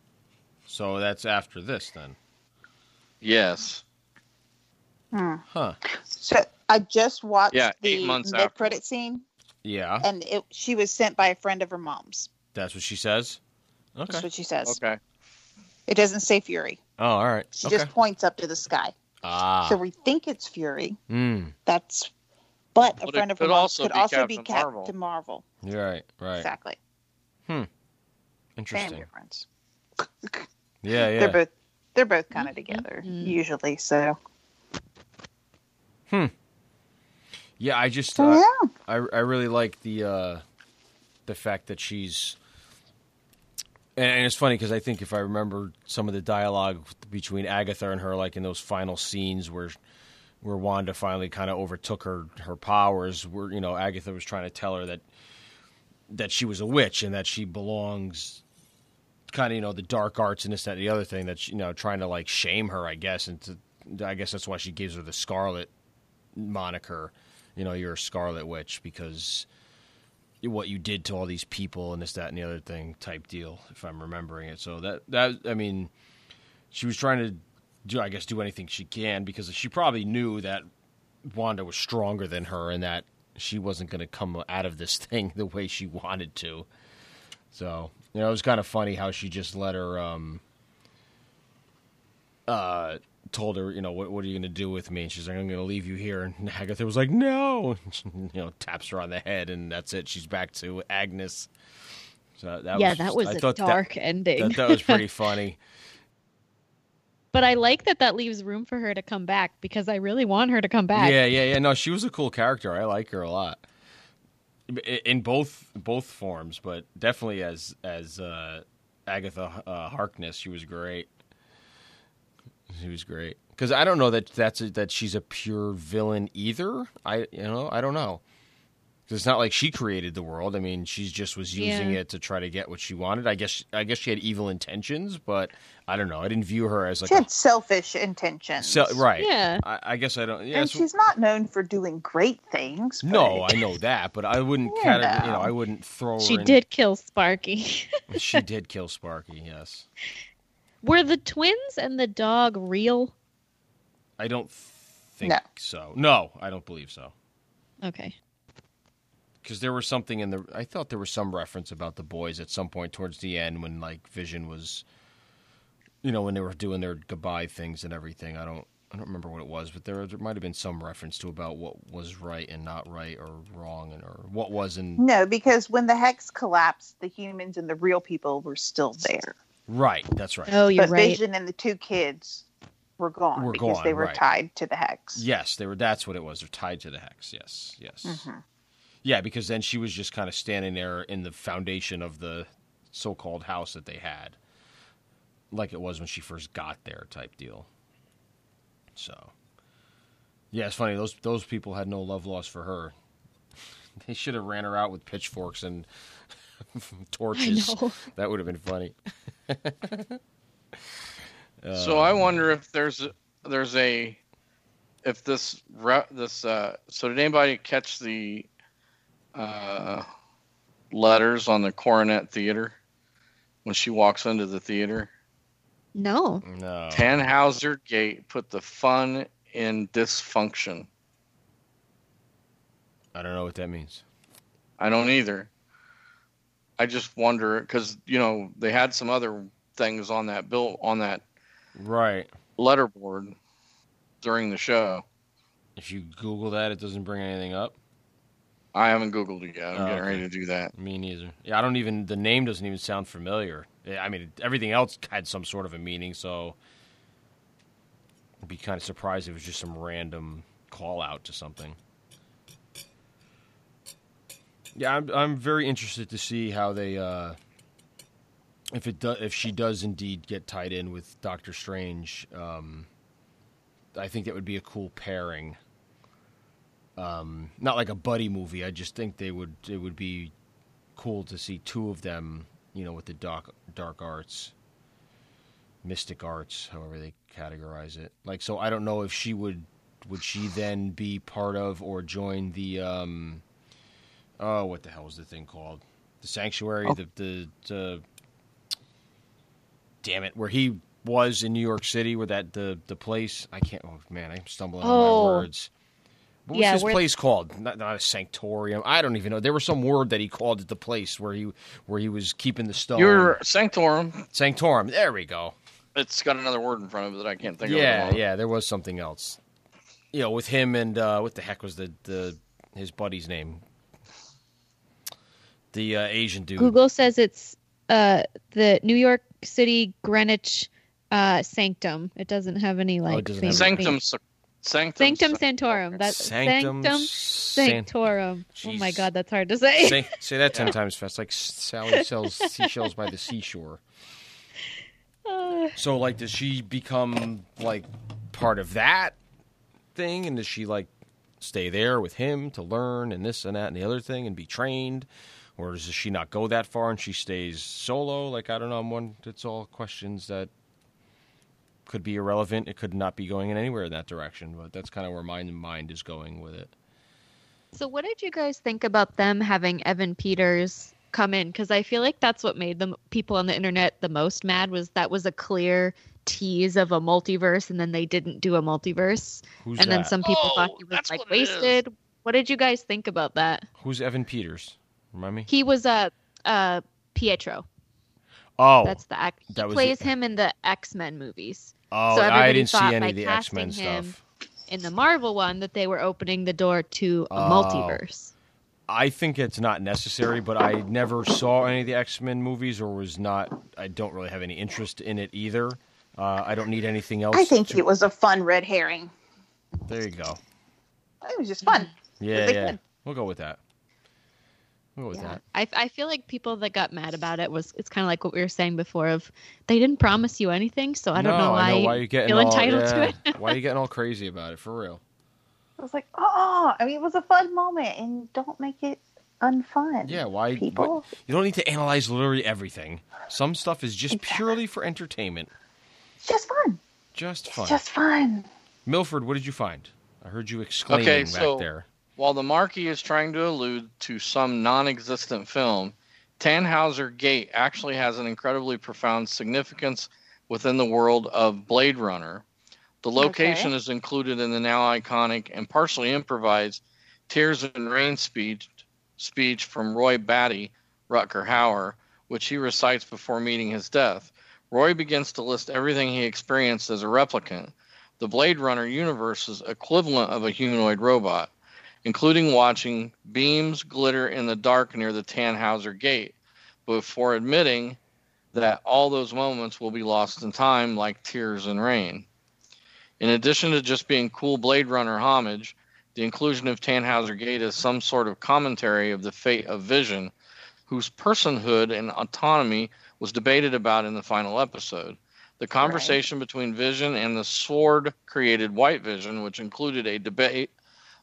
[SPEAKER 3] So that's after this then.
[SPEAKER 6] Yes.
[SPEAKER 4] Hmm.
[SPEAKER 3] Huh.
[SPEAKER 4] So I just watched
[SPEAKER 6] Yeah, eight
[SPEAKER 4] the
[SPEAKER 6] months
[SPEAKER 4] mid credit scene,
[SPEAKER 3] Yeah,
[SPEAKER 4] and it, she was sent by a friend of her mom's.
[SPEAKER 3] that's what she says.
[SPEAKER 4] That's
[SPEAKER 3] Okay.
[SPEAKER 4] what she says.
[SPEAKER 6] Okay.
[SPEAKER 4] It doesn't say Fury.
[SPEAKER 3] Oh, all right.
[SPEAKER 4] She
[SPEAKER 3] okay.
[SPEAKER 4] just points up to the sky.
[SPEAKER 3] ah.
[SPEAKER 4] So we think it's Fury.
[SPEAKER 3] mm,
[SPEAKER 4] That's, but a
[SPEAKER 6] But it
[SPEAKER 4] friend of her
[SPEAKER 6] could
[SPEAKER 4] mom's
[SPEAKER 6] also
[SPEAKER 4] could
[SPEAKER 6] be
[SPEAKER 4] also be
[SPEAKER 6] Captain Marvel.
[SPEAKER 4] Captain Marvel.
[SPEAKER 3] you're right. Right.
[SPEAKER 4] Exactly. Same
[SPEAKER 3] Interesting.
[SPEAKER 4] difference.
[SPEAKER 3] Yeah. Yeah.
[SPEAKER 4] They're both they're both kind of together
[SPEAKER 5] Mhm.
[SPEAKER 4] usually. So
[SPEAKER 3] Yeah. I just.
[SPEAKER 4] so
[SPEAKER 3] uh,
[SPEAKER 4] yeah,
[SPEAKER 3] I I really like the uh, the fact that she's and, and it's funny because I think if I remember some of the dialogue between Agatha and her, like in those final scenes where where Wanda finally kind of overtook her her powers, where you know Agatha was trying to tell her that that she was a witch and that she belongs kind of you know the dark arts and this that and the other thing that she, you know trying to like shame her I guess and to, I guess that's why she gives her the Scarlet moniker. You know, you're a Scarlet Witch because what you did to all these people and this, that, and the other thing type deal. If I'm remembering it, so that that I mean, she was trying to do, I guess, do anything she can because she probably knew that Wanda was stronger than her and that she wasn't going to come out of this thing the way she wanted to. So you know, it was kind of funny how she just let her. um uh, told her, you know, what, what are you going to do with me? And she's like, I'm going to leave you here. And Agatha was like, no, you know, taps her on the head, and that's it. She's back to Agnes. So that
[SPEAKER 5] yeah,
[SPEAKER 3] was,
[SPEAKER 5] that
[SPEAKER 3] I
[SPEAKER 5] was a
[SPEAKER 3] thought that-
[SPEAKER 5] dark ending.
[SPEAKER 3] That, that was pretty funny.
[SPEAKER 5] but I like that that leaves room for her to come back because I really want her to come back.
[SPEAKER 3] Yeah, yeah, yeah. No, she was a cool character. I like her a lot. I- In both both forms, but definitely as as uh, Agatha uh, Harkness, she was great. She was great because I don't know that that's a, that she's a pure villain either. I you know I don't know 'Cause it's not like she created the world. I mean, she just was using
[SPEAKER 5] Yeah.
[SPEAKER 3] it to try to get what she wanted. I guess I guess she had evil intentions, but I don't know. I didn't view her as like
[SPEAKER 4] she
[SPEAKER 3] a,
[SPEAKER 4] had selfish intentions.
[SPEAKER 3] so, right.
[SPEAKER 5] Yeah.
[SPEAKER 3] I, I guess I don't. Yeah,
[SPEAKER 4] and
[SPEAKER 3] it's-
[SPEAKER 4] she's not known for doing great things. but-
[SPEAKER 3] no, I know that, but I wouldn't.
[SPEAKER 4] Yeah.
[SPEAKER 3] Cata- you know, I wouldn't throw.
[SPEAKER 5] She
[SPEAKER 3] her in-
[SPEAKER 5] did kill Sparky.
[SPEAKER 3] She did kill Sparky. Yes,
[SPEAKER 5] Were the twins and the dog real?
[SPEAKER 3] I don't think
[SPEAKER 4] No.
[SPEAKER 3] so. No, I don't believe so.
[SPEAKER 5] Okay.
[SPEAKER 3] Because there was something in the. I thought there was some reference about the boys at some point towards the end when like Vision was, you know, when they were doing their goodbye things and everything. I don't. I don't remember what it was, but there, there might have been some reference to about what was right and not right or wrong and or what was and
[SPEAKER 4] no, because when the hex collapsed, the humans and the real people were still there,
[SPEAKER 3] right. That's right.
[SPEAKER 5] Oh, you're
[SPEAKER 4] but
[SPEAKER 5] right.
[SPEAKER 4] Vision and the two kids were gone
[SPEAKER 3] Were
[SPEAKER 4] because
[SPEAKER 3] gone,
[SPEAKER 4] they were
[SPEAKER 3] right.
[SPEAKER 4] tied to the hex.
[SPEAKER 3] Yes, they were. That's what it was. They're tied to the hex. Yes, yes.
[SPEAKER 5] Mm-hmm.
[SPEAKER 4] Mhm.
[SPEAKER 3] Yeah, because then she was just kind of standing there in the foundation of the so-called house that they had, like it was when she first got there, type deal. So, yeah, it's funny. Those those people had no love lost for her. They should have ran her out with pitchforks and torches.
[SPEAKER 5] I know.
[SPEAKER 3] That would have been funny.
[SPEAKER 6] So
[SPEAKER 3] Um,
[SPEAKER 6] I wonder if there's a, there's a if this re- this uh, so did anybody catch the uh, letters on the Coronet Theater when she walks into the theater?
[SPEAKER 5] No.
[SPEAKER 3] No.
[SPEAKER 6] Tannhauser Gate put the fun in dysfunction.
[SPEAKER 3] I don't know what that means.
[SPEAKER 6] I don't either. I just wonder because you know they had some other things on that bill on that
[SPEAKER 3] Right.
[SPEAKER 6] letterboard during the show.
[SPEAKER 3] If you Google that, it doesn't bring anything up.
[SPEAKER 6] I haven't googled it yet. I'm
[SPEAKER 3] Oh,
[SPEAKER 6] getting
[SPEAKER 3] okay.
[SPEAKER 6] ready to do that.
[SPEAKER 3] Me neither. Yeah, I don't even. The name doesn't even sound familiar. Yeah, I mean, everything else had some sort of a meaning, so I'd be kind of surprised if it was just some random call out to something. Yeah, I'm. I'm very interested to see how they. Uh, if it do, if she does indeed get tied in with Doctor Strange, um, I think that would be a cool pairing. Um, not like a buddy movie. I just think they would it would be cool to see two of them, you know, with the dark dark arts, mystic arts, however they categorize it. Like, so I don't know if she would would she then be part of or join the um, oh, what the hell is the thing called? The sanctuary,
[SPEAKER 5] Oh.
[SPEAKER 3] the the, the damn it, where he was in New York City, where that the the place I can't. Oh man, I'm stumbling on
[SPEAKER 5] Oh.
[SPEAKER 3] my words. What was
[SPEAKER 5] Yeah,
[SPEAKER 3] his
[SPEAKER 5] where-
[SPEAKER 3] place called? Not, not a sanctorium. I don't even know. There was some word that he called it the place where he where he was keeping the stone.
[SPEAKER 6] Your sanctorum,
[SPEAKER 3] sanctorum. There we go.
[SPEAKER 6] it's got another word in front of it that I can't think
[SPEAKER 3] yeah,
[SPEAKER 6] of.
[SPEAKER 3] yeah. There was something else. You know, with him and uh, what the heck was the the his buddy's name? The uh, Asian dude.
[SPEAKER 5] Google says it's uh, the New York City Greenwich uh, Sanctum. Oh, It doesn't have any like
[SPEAKER 3] doesn't
[SPEAKER 5] fancy
[SPEAKER 3] have
[SPEAKER 5] things.
[SPEAKER 6] Sanctum, sa- sanctum,
[SPEAKER 5] Sanctum Sanctorum. That's
[SPEAKER 3] Sanctum
[SPEAKER 5] Sanctum,
[SPEAKER 3] san-
[SPEAKER 5] Sanctorum. Oh my
[SPEAKER 3] Jeez.
[SPEAKER 5] God, that's hard to say.
[SPEAKER 3] Say, say that ten times fast. Like Sally sells seashells by the seashore.
[SPEAKER 5] Uh,
[SPEAKER 3] So, like, does she become like part of that thing, and does she like stay there with him to learn and this and that and the other thing and be trained, or does she not go that far and she stays solo? Like, I don't know. I'm one. It's all questions that could be irrelevant. It could not be going in anywhere in that direction. But that's kind of where my mind is going with it.
[SPEAKER 5] so, what did you guys think about them having Evan Peters come in? Because I feel like that's what made them people on the internet the most mad was that was a clear tease of a multiverse, and then they didn't do a multiverse,
[SPEAKER 3] Who's
[SPEAKER 5] and then
[SPEAKER 3] that?
[SPEAKER 5] some people
[SPEAKER 6] Oh,
[SPEAKER 5] thought he was
[SPEAKER 6] that's
[SPEAKER 5] like
[SPEAKER 6] what it is.
[SPEAKER 5] wasted. What did you guys think about that?
[SPEAKER 3] Who's Evan Peters? Remind me.
[SPEAKER 5] He was a uh, uh, Pietro.
[SPEAKER 3] Oh,
[SPEAKER 5] That's the act. He
[SPEAKER 3] that was the-
[SPEAKER 5] plays him in the X Men movies.
[SPEAKER 3] oh,
[SPEAKER 5] so
[SPEAKER 3] I
[SPEAKER 5] everybody
[SPEAKER 3] didn't see
[SPEAKER 5] thought
[SPEAKER 3] any
[SPEAKER 5] by
[SPEAKER 3] of the X
[SPEAKER 5] casting
[SPEAKER 3] Men
[SPEAKER 5] him-
[SPEAKER 3] stuff.
[SPEAKER 5] In the Marvel one, that they were opening the door to a
[SPEAKER 3] Oh.
[SPEAKER 5] multiverse.
[SPEAKER 3] I think it's not necessary, but I never saw any of the X Men movies or was not. I don't really have any interest in it either. Uh, I don't need anything else.
[SPEAKER 4] I think
[SPEAKER 3] to-
[SPEAKER 4] it was a fun red herring.
[SPEAKER 3] There you go.
[SPEAKER 4] It was just fun.
[SPEAKER 3] Yeah,
[SPEAKER 4] Like
[SPEAKER 3] yeah.
[SPEAKER 4] when-
[SPEAKER 3] We'll go with that. We'll go with
[SPEAKER 5] Yeah.
[SPEAKER 3] that.
[SPEAKER 5] I, I feel like people that got mad about it was it's kind of like what we were saying before of they didn't promise you anything, so I don't
[SPEAKER 3] no,
[SPEAKER 5] know why,
[SPEAKER 3] I know why
[SPEAKER 5] you
[SPEAKER 3] you're getting
[SPEAKER 5] feel
[SPEAKER 3] all,
[SPEAKER 5] entitled
[SPEAKER 3] yeah,
[SPEAKER 5] to it.
[SPEAKER 3] why are you getting all crazy about it? For real.
[SPEAKER 4] I was like, oh, I mean, it was a fun moment, and don't make it unfun.
[SPEAKER 3] Yeah. Why
[SPEAKER 4] people?
[SPEAKER 3] why- you don't need to analyze literally everything. Some stuff is just purely for entertainment.
[SPEAKER 4] It's just fun.
[SPEAKER 3] Just fun.
[SPEAKER 4] It's just fun.
[SPEAKER 3] Milford, what did you find? I heard you exclaiming back
[SPEAKER 6] so-
[SPEAKER 3] there.
[SPEAKER 6] While the Marquis is trying to allude to some non existent film, Tannhauser Gate actually has an incredibly profound significance within the world of Blade Runner. The location is included in the now iconic and partially improvised Tears and Rain speech, speech from Roy Batty, Rutger Hauer, which he recites before meeting his death. Roy begins to list everything he experienced as a replicant, the Blade Runner universe's equivalent of a humanoid robot including watching beams glitter in the dark near the Tannhauser Gate, before admitting that all those moments will be lost in time like tears in rain. In addition to just being cool Blade Runner homage, the inclusion of Tannhauser Gate is some sort of commentary of the fate of Vision, whose personhood and autonomy was debated about in the final episode. The conversation between Vision and the sword created White Vision, which included a debate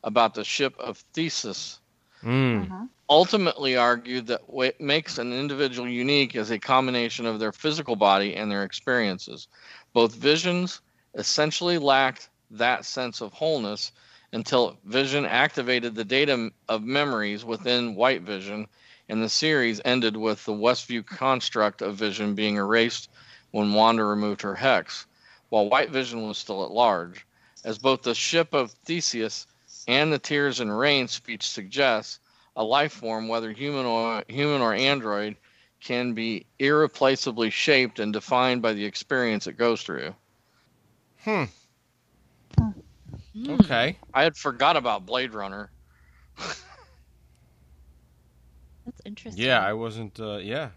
[SPEAKER 6] about the ship of Thesis
[SPEAKER 3] Mm.
[SPEAKER 4] Uh-huh.
[SPEAKER 6] ultimately argued that what makes an individual unique is a combination of their physical body and their experiences. Both visions essentially lacked that sense of wholeness until Vision activated the data of memories within White Vision, and the series ended with the Westview construct of Vision being erased when Wanda removed her hex, while White Vision was still at large. As both the ship of Theseus and the Tears and Rain speech suggests, a life form, whether human or human or android, can be irreplaceably shaped and defined by the experience it goes through.
[SPEAKER 3] Okay.
[SPEAKER 6] I had forgot about Blade Runner.
[SPEAKER 5] Hmm, That's interesting.
[SPEAKER 3] Yeah, I wasn't. Uh, yeah,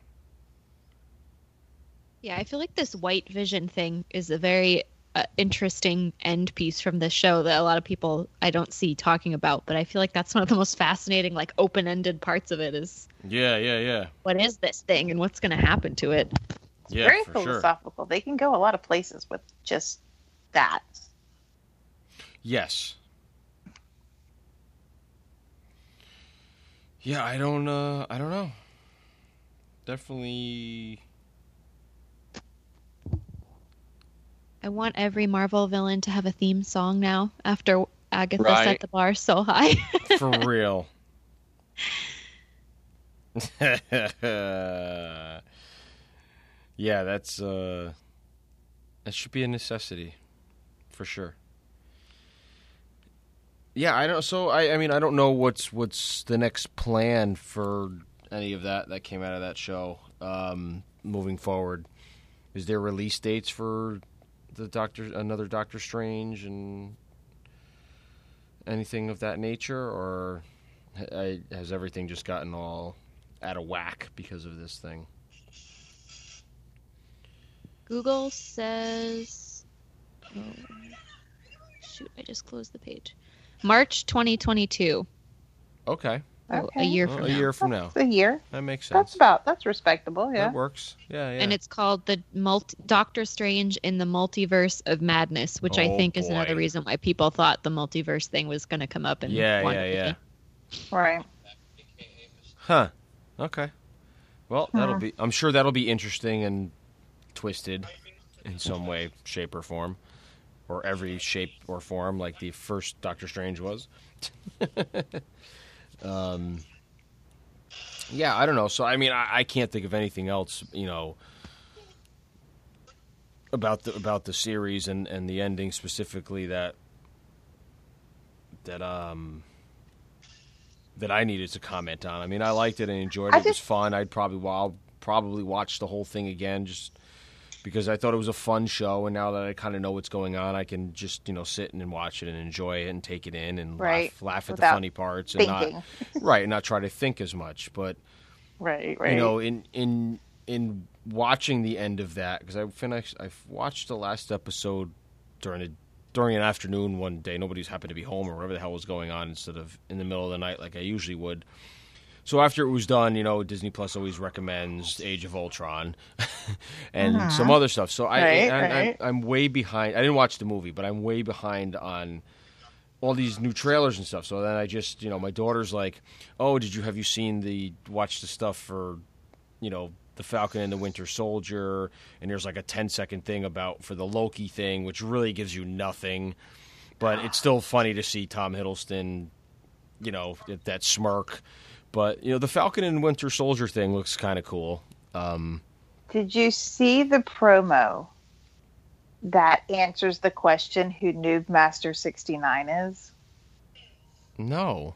[SPEAKER 5] Yeah, I feel like this white vision thing is a very uh, interesting end piece from this show that a lot of people I don't see talking about, but I feel like that's one of the most fascinating, like open-ended parts of it is
[SPEAKER 3] yeah, yeah, yeah,
[SPEAKER 5] what is this thing and what's going to happen to it.
[SPEAKER 3] yeah.
[SPEAKER 4] Very
[SPEAKER 3] for sure.
[SPEAKER 4] philosophical. They can go a lot of places with just that.
[SPEAKER 3] Yes. Yeah, I don't. Uh, I don't know. Definitely.
[SPEAKER 5] I want every Marvel villain to have a theme song now after Agatha
[SPEAKER 6] Right.
[SPEAKER 5] set the bar so high.
[SPEAKER 3] For real. yeah, that's uh that should be a necessity for sure. Yeah, I don't. So I, I mean, I don't know what's what's the next plan for any of that that came out of that show um, moving forward. Is there release dates for the Doctor, another Doctor Strange, and anything of that nature, or ha- I, has everything just gotten all out of whack because of this thing?
[SPEAKER 5] Google says. Oh, shoot, I just closed the page. March 2022,
[SPEAKER 3] Okay,
[SPEAKER 5] so a year from
[SPEAKER 3] Well, Oh, a
[SPEAKER 5] now.
[SPEAKER 3] year from now,
[SPEAKER 4] That's a year.
[SPEAKER 3] that makes
[SPEAKER 4] That's
[SPEAKER 3] sense.
[SPEAKER 4] about that's respectable. Yeah.
[SPEAKER 3] That works. Yeah, yeah.
[SPEAKER 5] And it's called the multi- Doctor Strange in the Multiverse of Madness, which I
[SPEAKER 3] Oh,
[SPEAKER 5] think is
[SPEAKER 3] boy.
[SPEAKER 5] another reason why people thought the multiverse thing was going to come up. And
[SPEAKER 3] yeah, yeah, yeah.
[SPEAKER 4] Right.
[SPEAKER 3] Huh. Okay. Well, that'll be. I'm sure that'll be interesting and twisted in some way, shape, or form, or every shape or form, like the first Doctor Strange was. um. Yeah, I don't know. So I mean, I, I can't think of anything else. You know. About the about the series and, and the ending specifically that that um that I needed to comment on. I mean, I liked it and enjoyed it.
[SPEAKER 4] I
[SPEAKER 3] it was
[SPEAKER 4] just-
[SPEAKER 3] fun. I'd probably well, I'll probably watch the whole thing again just because I thought it was a fun show. And now that I kind of know what's going on, I can just you know sit and watch it and enjoy it and take it in and
[SPEAKER 4] Right.
[SPEAKER 3] laugh, laugh at the
[SPEAKER 4] Without
[SPEAKER 3] funny parts and
[SPEAKER 4] thinking.
[SPEAKER 3] not right and not try to think as much. But
[SPEAKER 4] Right. Right.
[SPEAKER 3] you know, in in in watching the end of that because I finished. I watched the last episode during a during an afternoon one day. Nobody's happened to be home or whatever the hell was going on instead of in the middle of the night like I usually would. So after it was done, you know, Disney Plus always recommends Age of Ultron and some other stuff. So I,
[SPEAKER 4] Uh-huh. Right,
[SPEAKER 3] I,
[SPEAKER 4] right.
[SPEAKER 3] I, I'm way behind. I didn't watch the movie, but I'm way behind on all these new trailers and stuff. So then I just, you know, my daughter's like, "Oh, did you have you seen the watch the stuff for, you know, the Falcon and the Winter Soldier?" And there's like a 10 second thing about for the Loki thing, which really gives you nothing, but it's still funny to see Tom Hiddleston, you know, that, that smirk. But you know, the Falcon and Winter Soldier thing looks kind of cool. Um,
[SPEAKER 4] Did you see the promo that answers the question who Noob Master 69 is?
[SPEAKER 3] no,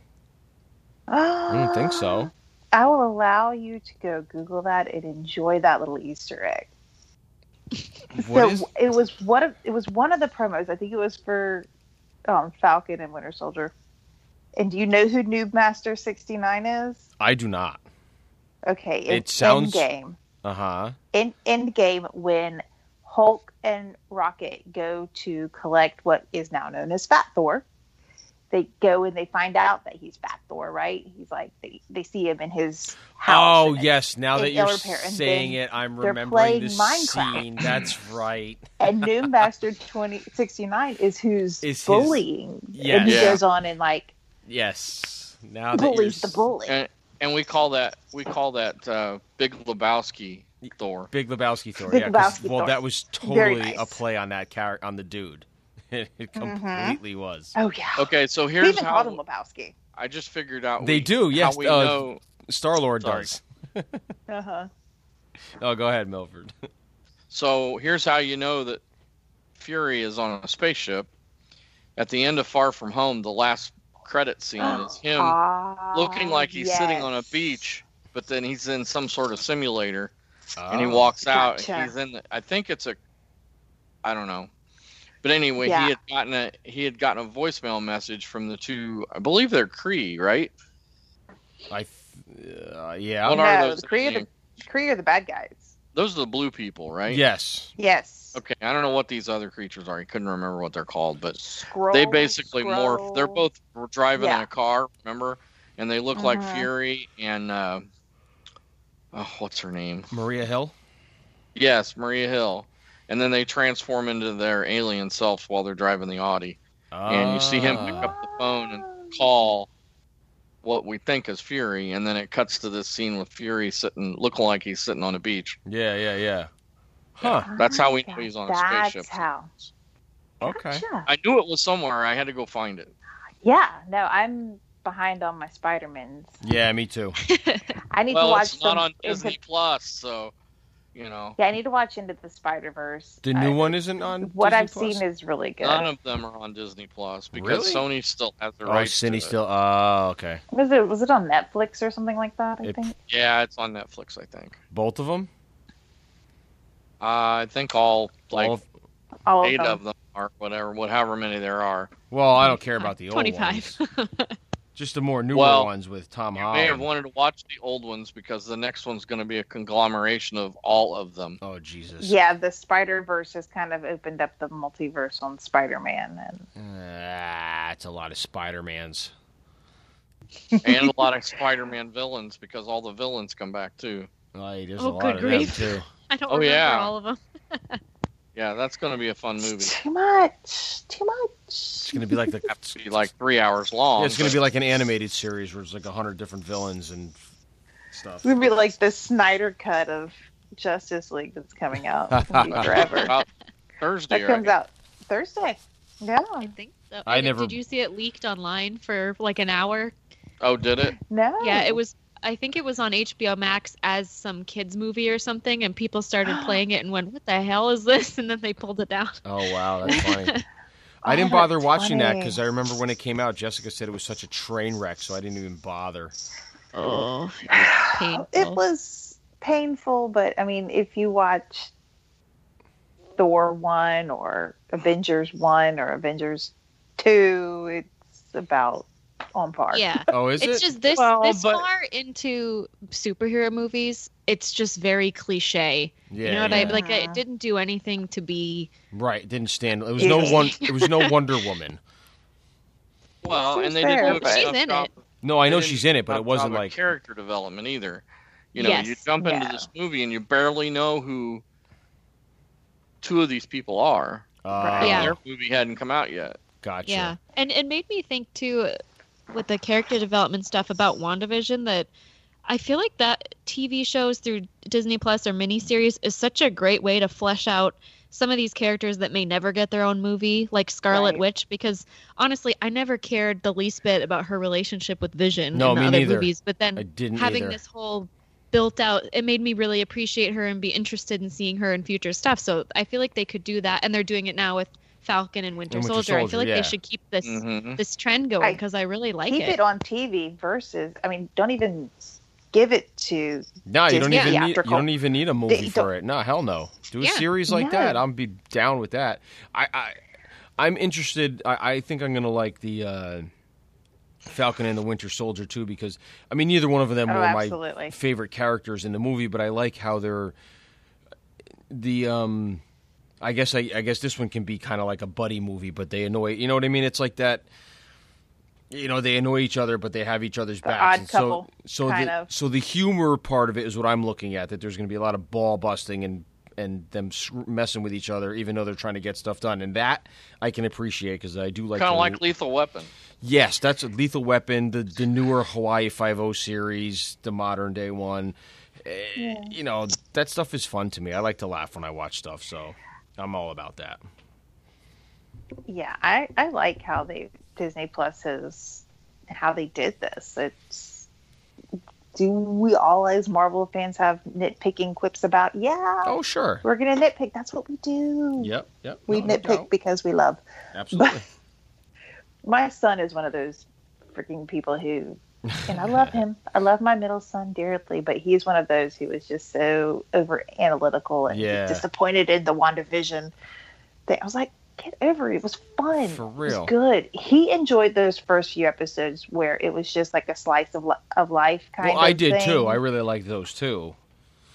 [SPEAKER 4] I
[SPEAKER 3] I don't think so.
[SPEAKER 4] I will allow you to go Google that and enjoy that little Easter egg.
[SPEAKER 3] What
[SPEAKER 4] Uh, so
[SPEAKER 3] is-
[SPEAKER 4] it was one of it was one of the promos. I think it was for um, Falcon and Winter Soldier. And do you know who Noob Master 69 is?
[SPEAKER 3] I do not.
[SPEAKER 4] Okay,
[SPEAKER 3] It
[SPEAKER 4] it's
[SPEAKER 3] sounds-
[SPEAKER 4] Endgame.
[SPEAKER 3] Uh huh.
[SPEAKER 4] in Endgame when Hulk and Rocket go to collect what is now known as Fat Thor. They go and they find out that he's Fat Thor, right? He's like they, they see him in his house.
[SPEAKER 3] Oh
[SPEAKER 4] and-
[SPEAKER 3] yes, now
[SPEAKER 4] in
[SPEAKER 3] that you're
[SPEAKER 4] Ill Repair, and
[SPEAKER 3] saying
[SPEAKER 4] then
[SPEAKER 3] it, I'm
[SPEAKER 4] they're
[SPEAKER 3] remembering
[SPEAKER 4] playing
[SPEAKER 3] this
[SPEAKER 4] Minecraft.
[SPEAKER 3] scene. That's right.
[SPEAKER 4] And Noom Master twenty sixty nine is who's
[SPEAKER 3] Is his-
[SPEAKER 4] bullying.
[SPEAKER 3] Yes.
[SPEAKER 4] And he
[SPEAKER 6] Yeah.
[SPEAKER 4] goes on and like
[SPEAKER 3] Yes. Now that you're
[SPEAKER 4] bullies the
[SPEAKER 3] s-
[SPEAKER 4] bully.
[SPEAKER 6] And, and we call that we call that uh, Big Lebowski Thor.
[SPEAKER 3] Big Lebowski Thor.
[SPEAKER 4] Big
[SPEAKER 3] yeah, 'cause-
[SPEAKER 4] Lebowski
[SPEAKER 3] well,
[SPEAKER 4] Thor.
[SPEAKER 3] that was
[SPEAKER 4] Very
[SPEAKER 3] totally a
[SPEAKER 4] nice. Mm-hmm.
[SPEAKER 3] play on that character on the dude. it completely was.
[SPEAKER 4] oh yeah.
[SPEAKER 6] Okay, so
[SPEAKER 4] we
[SPEAKER 6] here's
[SPEAKER 4] even called him
[SPEAKER 6] how
[SPEAKER 4] Lebowski.
[SPEAKER 6] I just figured out
[SPEAKER 3] They
[SPEAKER 6] we-
[SPEAKER 3] do, yes,
[SPEAKER 6] How we
[SPEAKER 3] uh,
[SPEAKER 6] know
[SPEAKER 3] Star Lord
[SPEAKER 6] Sorry.
[SPEAKER 3] does.
[SPEAKER 4] Uh huh.
[SPEAKER 3] Oh, go ahead, Milford.
[SPEAKER 6] So here's how you know that Fury is on a spaceship. At the end of Far From Home, the last credit scene is him
[SPEAKER 4] Ah.
[SPEAKER 6] looking
[SPEAKER 4] Oh,
[SPEAKER 6] like he's sitting on a beach, but then he's in some sort of simulator, and he
[SPEAKER 3] Oh.
[SPEAKER 6] walks out.
[SPEAKER 4] Gotcha.
[SPEAKER 6] And he's in. The, I think it's a. I don't know, but anyway,
[SPEAKER 4] Yeah.
[SPEAKER 6] he had gotten a he had gotten a voicemail message from the two. I believe they're Cree, right?
[SPEAKER 3] Oh, I. Th- uh, yeah.
[SPEAKER 6] What are
[SPEAKER 4] No,
[SPEAKER 6] those?
[SPEAKER 4] the Kree are the- Kree are the bad guys.
[SPEAKER 6] Those are the blue people, right?
[SPEAKER 3] Yes.
[SPEAKER 4] Yes.
[SPEAKER 6] Okay, I don't know what these other creatures are. I couldn't remember what they're called, but
[SPEAKER 4] Scroll,
[SPEAKER 6] they basically morph.
[SPEAKER 4] scroll.
[SPEAKER 6] They're both driving in
[SPEAKER 4] Yeah.
[SPEAKER 6] a car, remember? And they look
[SPEAKER 4] Mhm.
[SPEAKER 6] like Fury and uh, oh, what's her name?
[SPEAKER 3] Maria Hill.
[SPEAKER 6] Yes, Maria Hill. And then they transform into their alien selves while they're driving the Audi, and you see him pick
[SPEAKER 3] Ah.
[SPEAKER 6] up the phone and call what we think is Fury, and then it cuts to this scene with Fury sitting, looking like he's sitting on a beach.
[SPEAKER 3] Yeah. Yeah. Yeah. Huh.
[SPEAKER 4] Oh
[SPEAKER 6] That's how
[SPEAKER 4] my
[SPEAKER 6] we know
[SPEAKER 4] God,
[SPEAKER 6] he's on a
[SPEAKER 4] That's
[SPEAKER 6] spaceship.
[SPEAKER 4] how.
[SPEAKER 3] Okay.
[SPEAKER 4] Gotcha.
[SPEAKER 6] I knew it was somewhere. I had to go find it.
[SPEAKER 4] Yeah. No, I'm behind on my Spider Mans.
[SPEAKER 3] Yeah. Me too.
[SPEAKER 4] I need to
[SPEAKER 6] Well,
[SPEAKER 4] watch
[SPEAKER 6] it's not
[SPEAKER 4] some
[SPEAKER 6] on
[SPEAKER 4] in
[SPEAKER 6] Disney Plus, so You know,
[SPEAKER 4] Yeah, I need to watch Into the Spider Verse.
[SPEAKER 3] The new one isn't on.
[SPEAKER 4] What
[SPEAKER 3] Disney
[SPEAKER 4] I've
[SPEAKER 3] Plus?
[SPEAKER 4] seen is really good.
[SPEAKER 6] none of them are on Disney Plus because
[SPEAKER 3] Really?
[SPEAKER 6] Sony still has the
[SPEAKER 3] Oh,
[SPEAKER 6] rights. to
[SPEAKER 4] uh,
[SPEAKER 3] Cindy
[SPEAKER 6] it.
[SPEAKER 3] still. Oh, okay.
[SPEAKER 4] Was it was it on Netflix or something like that? I
[SPEAKER 3] It-
[SPEAKER 4] think.
[SPEAKER 6] Yeah, it's on Netflix, I think.
[SPEAKER 3] Both of them.
[SPEAKER 6] Uh, I think all like
[SPEAKER 3] All of-
[SPEAKER 4] All
[SPEAKER 6] eight
[SPEAKER 4] of
[SPEAKER 6] of
[SPEAKER 4] them.
[SPEAKER 6] them or whatever, whatever many there are.
[SPEAKER 3] well, I don't care about the old
[SPEAKER 5] 25.
[SPEAKER 3] ones. Just the more newer
[SPEAKER 6] Well,
[SPEAKER 3] ones with Tom
[SPEAKER 6] You may have
[SPEAKER 3] Holland.
[SPEAKER 6] wanted to watch the old ones because the next one's going to be a conglomeration of all of them.
[SPEAKER 3] Oh Jesus.
[SPEAKER 4] Yeah, the Spider Verse has kind of opened up the multiverse on Spider Man, and
[SPEAKER 3] Ah, it's a lot of Spider Mans.
[SPEAKER 6] and a lot of Spider-Man villains because all the villains come back too.
[SPEAKER 3] Like, there's
[SPEAKER 5] Oh,
[SPEAKER 3] a lot
[SPEAKER 5] good
[SPEAKER 3] of
[SPEAKER 5] grief.
[SPEAKER 3] them too.
[SPEAKER 5] I don't
[SPEAKER 6] Oh,
[SPEAKER 5] remember
[SPEAKER 6] yeah.
[SPEAKER 5] all of them.
[SPEAKER 6] Yeah, that's going to be a fun movie.
[SPEAKER 4] it's too much, too
[SPEAKER 3] It's
[SPEAKER 4] much.
[SPEAKER 3] gonna be like the.
[SPEAKER 6] Have to be like three hours long.
[SPEAKER 3] Yeah, it's gonna
[SPEAKER 6] but
[SPEAKER 3] be like an animated series where it's like a hundred different villains and stuff.
[SPEAKER 4] We'd be like the Snyder cut of Justice League that's coming out It's gonna be forever.
[SPEAKER 6] about Thursday.
[SPEAKER 4] that
[SPEAKER 6] I
[SPEAKER 4] comes
[SPEAKER 6] guess.
[SPEAKER 4] out Thursday. Yeah.
[SPEAKER 5] I think so.
[SPEAKER 3] I
[SPEAKER 5] And it-
[SPEAKER 3] never-
[SPEAKER 5] Did you see it leaked online for like an hour?
[SPEAKER 6] Oh, did it?
[SPEAKER 4] No.
[SPEAKER 5] Yeah, it was. I think it was on HBO Max as some kids movie or something, and people started playing it and went, "What the hell is this?" And then they pulled it down.
[SPEAKER 3] Oh wow, that's funny. I
[SPEAKER 4] Oh,
[SPEAKER 3] didn't bother
[SPEAKER 4] that's
[SPEAKER 3] watching that
[SPEAKER 4] funny.
[SPEAKER 3] because I remember when it came out, Jessica said it was such a train wreck, so I didn't even bother.
[SPEAKER 5] Oh, painful.
[SPEAKER 4] It was painful, but I mean, if you watch Thor one or Avengers one or Avengers two, it's about on par.
[SPEAKER 5] yeah.
[SPEAKER 3] Oh, is
[SPEAKER 5] it's
[SPEAKER 3] it?
[SPEAKER 5] just this
[SPEAKER 4] Well,
[SPEAKER 5] this
[SPEAKER 4] but-
[SPEAKER 5] far into superhero movies. It's just very cliche.
[SPEAKER 3] yeah,
[SPEAKER 5] you know what I
[SPEAKER 3] yeah.
[SPEAKER 5] like?
[SPEAKER 4] Mhm.
[SPEAKER 5] It didn't do anything to be.
[SPEAKER 3] right. It didn't stand. It was no one. It was no Wonder Woman.
[SPEAKER 6] Well,
[SPEAKER 4] She's
[SPEAKER 6] and they
[SPEAKER 4] there,
[SPEAKER 6] didn't do
[SPEAKER 4] but-
[SPEAKER 6] a
[SPEAKER 5] She's
[SPEAKER 6] good
[SPEAKER 5] in
[SPEAKER 6] job-
[SPEAKER 5] it.
[SPEAKER 3] No, I
[SPEAKER 6] they
[SPEAKER 3] know
[SPEAKER 6] didn't
[SPEAKER 3] she's
[SPEAKER 6] do a
[SPEAKER 3] in it, but
[SPEAKER 6] good
[SPEAKER 3] it wasn't
[SPEAKER 6] job of
[SPEAKER 3] like
[SPEAKER 6] character development either. You know, you
[SPEAKER 5] Yes.
[SPEAKER 6] jump into
[SPEAKER 4] Yeah.
[SPEAKER 6] this movie and you barely know who two of these people are.
[SPEAKER 3] uh,
[SPEAKER 6] And
[SPEAKER 5] Yeah.
[SPEAKER 6] Their movie hadn't come out yet.
[SPEAKER 3] Gotcha.
[SPEAKER 5] Yeah, and it made me think too uh, with the character development stuff about WandaVision that I feel like that TV shows through Disney Plus or miniseries is such a great way to flesh out some of these characters that may never get their own movie, like Scarlet
[SPEAKER 4] Right.
[SPEAKER 5] Witch, because honestly, I never cared the least bit about her relationship with Vision
[SPEAKER 3] No,
[SPEAKER 5] in the
[SPEAKER 3] me
[SPEAKER 5] other
[SPEAKER 3] neither.
[SPEAKER 5] movies. But
[SPEAKER 3] I
[SPEAKER 5] then
[SPEAKER 3] didn't
[SPEAKER 5] having
[SPEAKER 3] either.
[SPEAKER 5] this whole built out, it made me really appreciate her and be interested in seeing her in future stuff. So I feel like they could do that, and they're doing it now with Falcon and Winter,
[SPEAKER 3] And Winter
[SPEAKER 5] Soldier. I
[SPEAKER 3] Soldier,
[SPEAKER 5] feel like
[SPEAKER 3] yeah.
[SPEAKER 5] they should keep this
[SPEAKER 6] hmm
[SPEAKER 5] this trend going
[SPEAKER 4] I-
[SPEAKER 5] because I, really like
[SPEAKER 4] keep
[SPEAKER 5] it.
[SPEAKER 4] it. on TV versus. I mean, don't even give it to.
[SPEAKER 3] No, you don't
[SPEAKER 4] Disney
[SPEAKER 3] even need, you
[SPEAKER 4] theatrical.
[SPEAKER 3] don't even need a movie
[SPEAKER 4] They
[SPEAKER 3] for it. No, hell no. Do a
[SPEAKER 5] Yeah.
[SPEAKER 3] series like
[SPEAKER 4] No.
[SPEAKER 3] that. I'm be down with that. I, I I'm interested. I, I think I'm gonna like the uh, Falcon and the Winter Soldier too because I mean neither one of them
[SPEAKER 4] Oh,
[SPEAKER 3] were my
[SPEAKER 4] absolutely.
[SPEAKER 3] favorite characters in the movie, but I like how they're the um. I guess I, I guess this one can be kind of like a buddy movie, but they annoy. You know what I mean? It's like that. You know, they annoy each other, but they have each other's backs.
[SPEAKER 4] odd
[SPEAKER 3] And
[SPEAKER 4] couple,
[SPEAKER 3] so, so
[SPEAKER 4] kind
[SPEAKER 3] the,
[SPEAKER 4] of.
[SPEAKER 3] so the humor part of it is what I'm looking at. That there's going to be a lot of ball busting and and them screw- messing with each other, even though they're trying to get stuff done. And that I can appreciate because I do like
[SPEAKER 6] Kind
[SPEAKER 3] the-
[SPEAKER 6] of like Lethal Weapon.
[SPEAKER 3] Yes, that's a Lethal Weapon, the the newer Hawaii Five O series, the modern day one. Eh, You know that stuff is fun to me. I like to laugh when I watch stuff, so I'm all about that.
[SPEAKER 4] Yeah, I I like how they Disney Plus has how they did this. It's do we all as Marvel fans have nitpicking quips about? Yeah,
[SPEAKER 3] Oh sure,
[SPEAKER 4] we're gonna nitpick. That's what we do.
[SPEAKER 3] yep, yep.
[SPEAKER 4] We
[SPEAKER 3] No, no
[SPEAKER 4] nitpick
[SPEAKER 3] doubt.
[SPEAKER 4] because we love.
[SPEAKER 3] Absolutely.
[SPEAKER 4] My son is one of those freaking people who, and I love him. I love my middle son dearly, but he's one of those who is just so over analytical and
[SPEAKER 3] Yeah.
[SPEAKER 4] disappointed in the WandaVision thing. I was like, get over it. It was fun.
[SPEAKER 3] For
[SPEAKER 4] It
[SPEAKER 3] real.
[SPEAKER 4] was good. He enjoyed those first few episodes where it was just like a slice of, li- of life kind
[SPEAKER 3] Well,
[SPEAKER 4] of
[SPEAKER 3] I did too.
[SPEAKER 4] thing.
[SPEAKER 3] I really liked those too.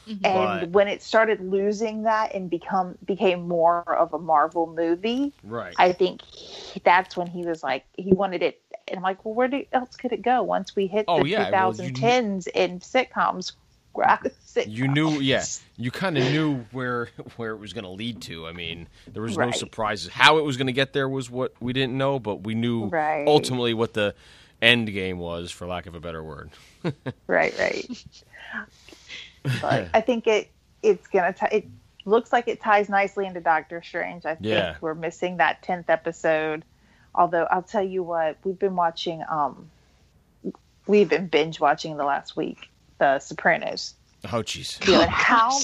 [SPEAKER 4] and
[SPEAKER 3] Right.
[SPEAKER 4] when it started losing that and become became more of a Marvel movie,
[SPEAKER 3] Right.
[SPEAKER 4] I think he, that's when he was like he wanted it, and I'm like, well, where do, else could it go once we hit
[SPEAKER 3] Oh,
[SPEAKER 4] the
[SPEAKER 3] yeah, well, you kn-
[SPEAKER 4] 2010s in sitcoms? sitcoms.
[SPEAKER 3] you knew, yeah, you kind of knew where where it was going to lead to. I mean, there was no
[SPEAKER 4] Right.
[SPEAKER 3] surprises. How it was going to get there was what we didn't know, but we knew
[SPEAKER 4] Right.
[SPEAKER 3] ultimately what the end game was, for lack of a better word.
[SPEAKER 4] right, right. but I think it it's gonna t- it looks like it ties nicely into Doctor Strange. I think
[SPEAKER 3] Yeah.
[SPEAKER 4] we're missing that tenth episode. Although I'll tell you what, we've been watching um, we've been binge watching the last week, The Sopranos.
[SPEAKER 3] Oh, jeez.
[SPEAKER 4] Dude, how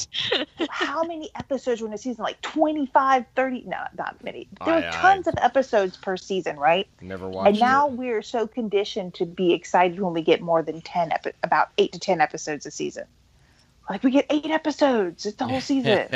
[SPEAKER 4] how many episodes were in a season? Like 25, 30? No, not many. There
[SPEAKER 3] Aye,
[SPEAKER 4] are
[SPEAKER 3] aye.
[SPEAKER 4] tons of episodes per season, right?
[SPEAKER 3] Never watched
[SPEAKER 4] and now
[SPEAKER 3] it.
[SPEAKER 4] we're so conditioned to be excited when we get more than 10, epi- about 8 to 10 episodes a season. Like, we get eight episodes. It's the whole season.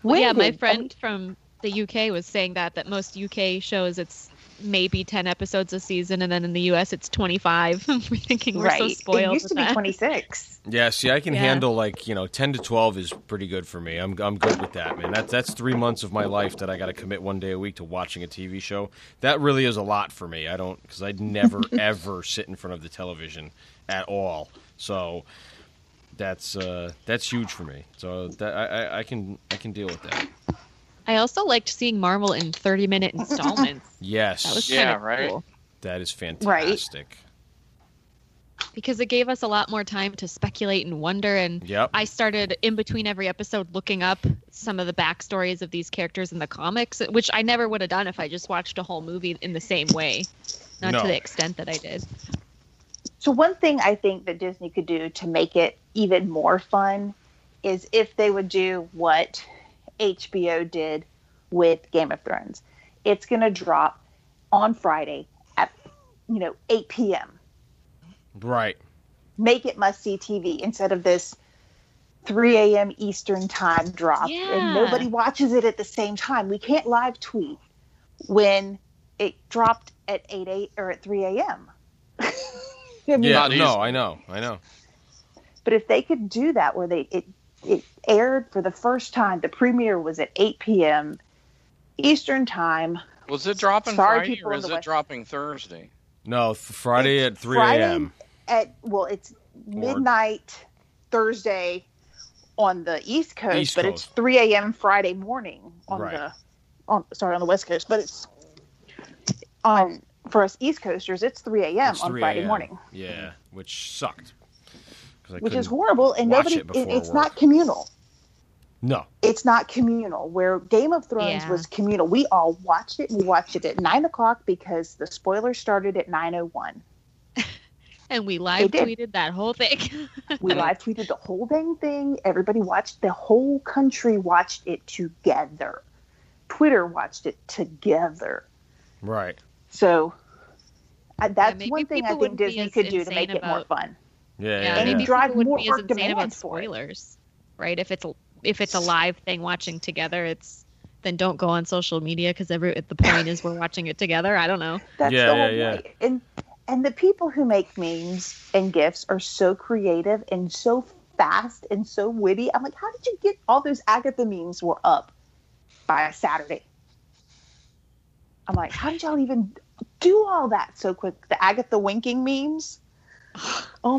[SPEAKER 4] When
[SPEAKER 5] yeah, my
[SPEAKER 4] did-
[SPEAKER 5] friend from the UK was saying that that most UK shows it's maybe 10 episodes a season and then in the US it's 25. we're thinking we're so spoiled.
[SPEAKER 4] It used to
[SPEAKER 5] with
[SPEAKER 4] be
[SPEAKER 5] that.
[SPEAKER 4] 26.
[SPEAKER 3] yeah, see, I can
[SPEAKER 5] Yeah.
[SPEAKER 3] handle like you know, ten to twelve is pretty good for me. I'm I'm good with that, man. That's that's three months of my life that I got to commit one day a week to watching a TV show. That really is a lot for me. I don't because I'd never ever sit in front of the television at all. So that's uh that's huge for me. So that I, I, I can I can deal with that.
[SPEAKER 5] I also liked seeing Marvel in 30 minute installments.
[SPEAKER 3] Yes,
[SPEAKER 5] That was
[SPEAKER 6] Yeah,
[SPEAKER 5] kind of
[SPEAKER 6] right.
[SPEAKER 5] cool
[SPEAKER 3] that is fantastic.
[SPEAKER 5] because it gave us a lot more time to speculate and wonder and
[SPEAKER 3] Yep.
[SPEAKER 5] I started in between every episode looking up some of the backstories of these characters in the comics, which I never would have done if I just watched a whole movie in the same way. Not
[SPEAKER 3] No.
[SPEAKER 5] to the extent that I did.
[SPEAKER 4] So one thing I think that Disney could do to make it even more fun is if they would do what HBO did with Game of Thrones. It's going to drop on Friday at you know 8 p.m.
[SPEAKER 3] Right.
[SPEAKER 4] Make it must see TV instead of this 3 a.m. Eastern time drop,
[SPEAKER 5] Yeah.
[SPEAKER 4] and nobody watches it at the same time. We can't live tweet when it dropped at 8 8 or at 3 a.m. I mean,
[SPEAKER 3] Yeah.
[SPEAKER 6] Not easy.
[SPEAKER 3] No, I know. I know.
[SPEAKER 4] But if they could do that, where they it it aired for the first time, the premiere was at 8 p.m. Eastern time.
[SPEAKER 6] Was it dropping
[SPEAKER 4] Sorry,
[SPEAKER 6] Friday
[SPEAKER 4] people
[SPEAKER 6] or
[SPEAKER 4] in
[SPEAKER 6] is
[SPEAKER 4] the
[SPEAKER 6] it
[SPEAKER 4] West-
[SPEAKER 6] dropping Thursday?
[SPEAKER 3] No, th- Friday at
[SPEAKER 4] It's
[SPEAKER 3] three
[SPEAKER 4] Friday-
[SPEAKER 3] a.m.
[SPEAKER 4] At well, it's midnight Thursday on the East Coast,
[SPEAKER 3] East
[SPEAKER 4] but it's
[SPEAKER 3] Coast.
[SPEAKER 4] 3 a.m. Friday morning on
[SPEAKER 3] Right.
[SPEAKER 4] the on sorry on the West Coast, but it's on for us East Coasters, it's 3 a.m.
[SPEAKER 3] It's
[SPEAKER 4] on
[SPEAKER 3] 3
[SPEAKER 4] Friday
[SPEAKER 3] a.m.,
[SPEAKER 4] morning,
[SPEAKER 3] Yeah, which sucked. 'Cause I
[SPEAKER 4] which is
[SPEAKER 3] couldn't-
[SPEAKER 4] horrible, and
[SPEAKER 3] watch
[SPEAKER 4] nobody
[SPEAKER 3] it before
[SPEAKER 4] it's
[SPEAKER 3] work.
[SPEAKER 4] not communal.
[SPEAKER 3] No.
[SPEAKER 4] it's not communal. Where Game of Thrones
[SPEAKER 5] Yeah.
[SPEAKER 4] was communal, we all watched it. We watched it at nine o'clock because the spoiler started at nine o one.
[SPEAKER 5] And we live
[SPEAKER 4] did.
[SPEAKER 5] tweeted that whole thing.
[SPEAKER 4] We live tweeted the whole dang thing. Everybody watched. The whole country watched it together. Twitter watched it together.
[SPEAKER 3] Right.
[SPEAKER 4] So I that's
[SPEAKER 5] maybe
[SPEAKER 4] one thing I
[SPEAKER 5] people
[SPEAKER 4] think
[SPEAKER 5] wouldn't be
[SPEAKER 4] Disney
[SPEAKER 5] as
[SPEAKER 4] could do to
[SPEAKER 5] insane
[SPEAKER 4] make it more
[SPEAKER 5] about-
[SPEAKER 4] fun.
[SPEAKER 3] Yeah.
[SPEAKER 5] yeah,
[SPEAKER 3] yeah,
[SPEAKER 5] maybe
[SPEAKER 3] yeah.
[SPEAKER 4] drive
[SPEAKER 5] people wouldn't be
[SPEAKER 4] more
[SPEAKER 5] as insane
[SPEAKER 4] demand
[SPEAKER 5] about
[SPEAKER 4] for it.
[SPEAKER 5] spoilers, right? If it's a, if it's a live thing watching together, it's then don't go on social media because every the point is we're watching it together. I don't know.
[SPEAKER 4] That's
[SPEAKER 3] Yeah,
[SPEAKER 4] the
[SPEAKER 3] yeah,
[SPEAKER 4] whole
[SPEAKER 3] yeah.
[SPEAKER 4] point. And and the people who make memes and gifs are so creative and so fast and so witty. I'm like, how did you get all those Agatha memes were up by Saturday? I'm like, how did y'all even do all that so quick? The Agatha winking memes. Oh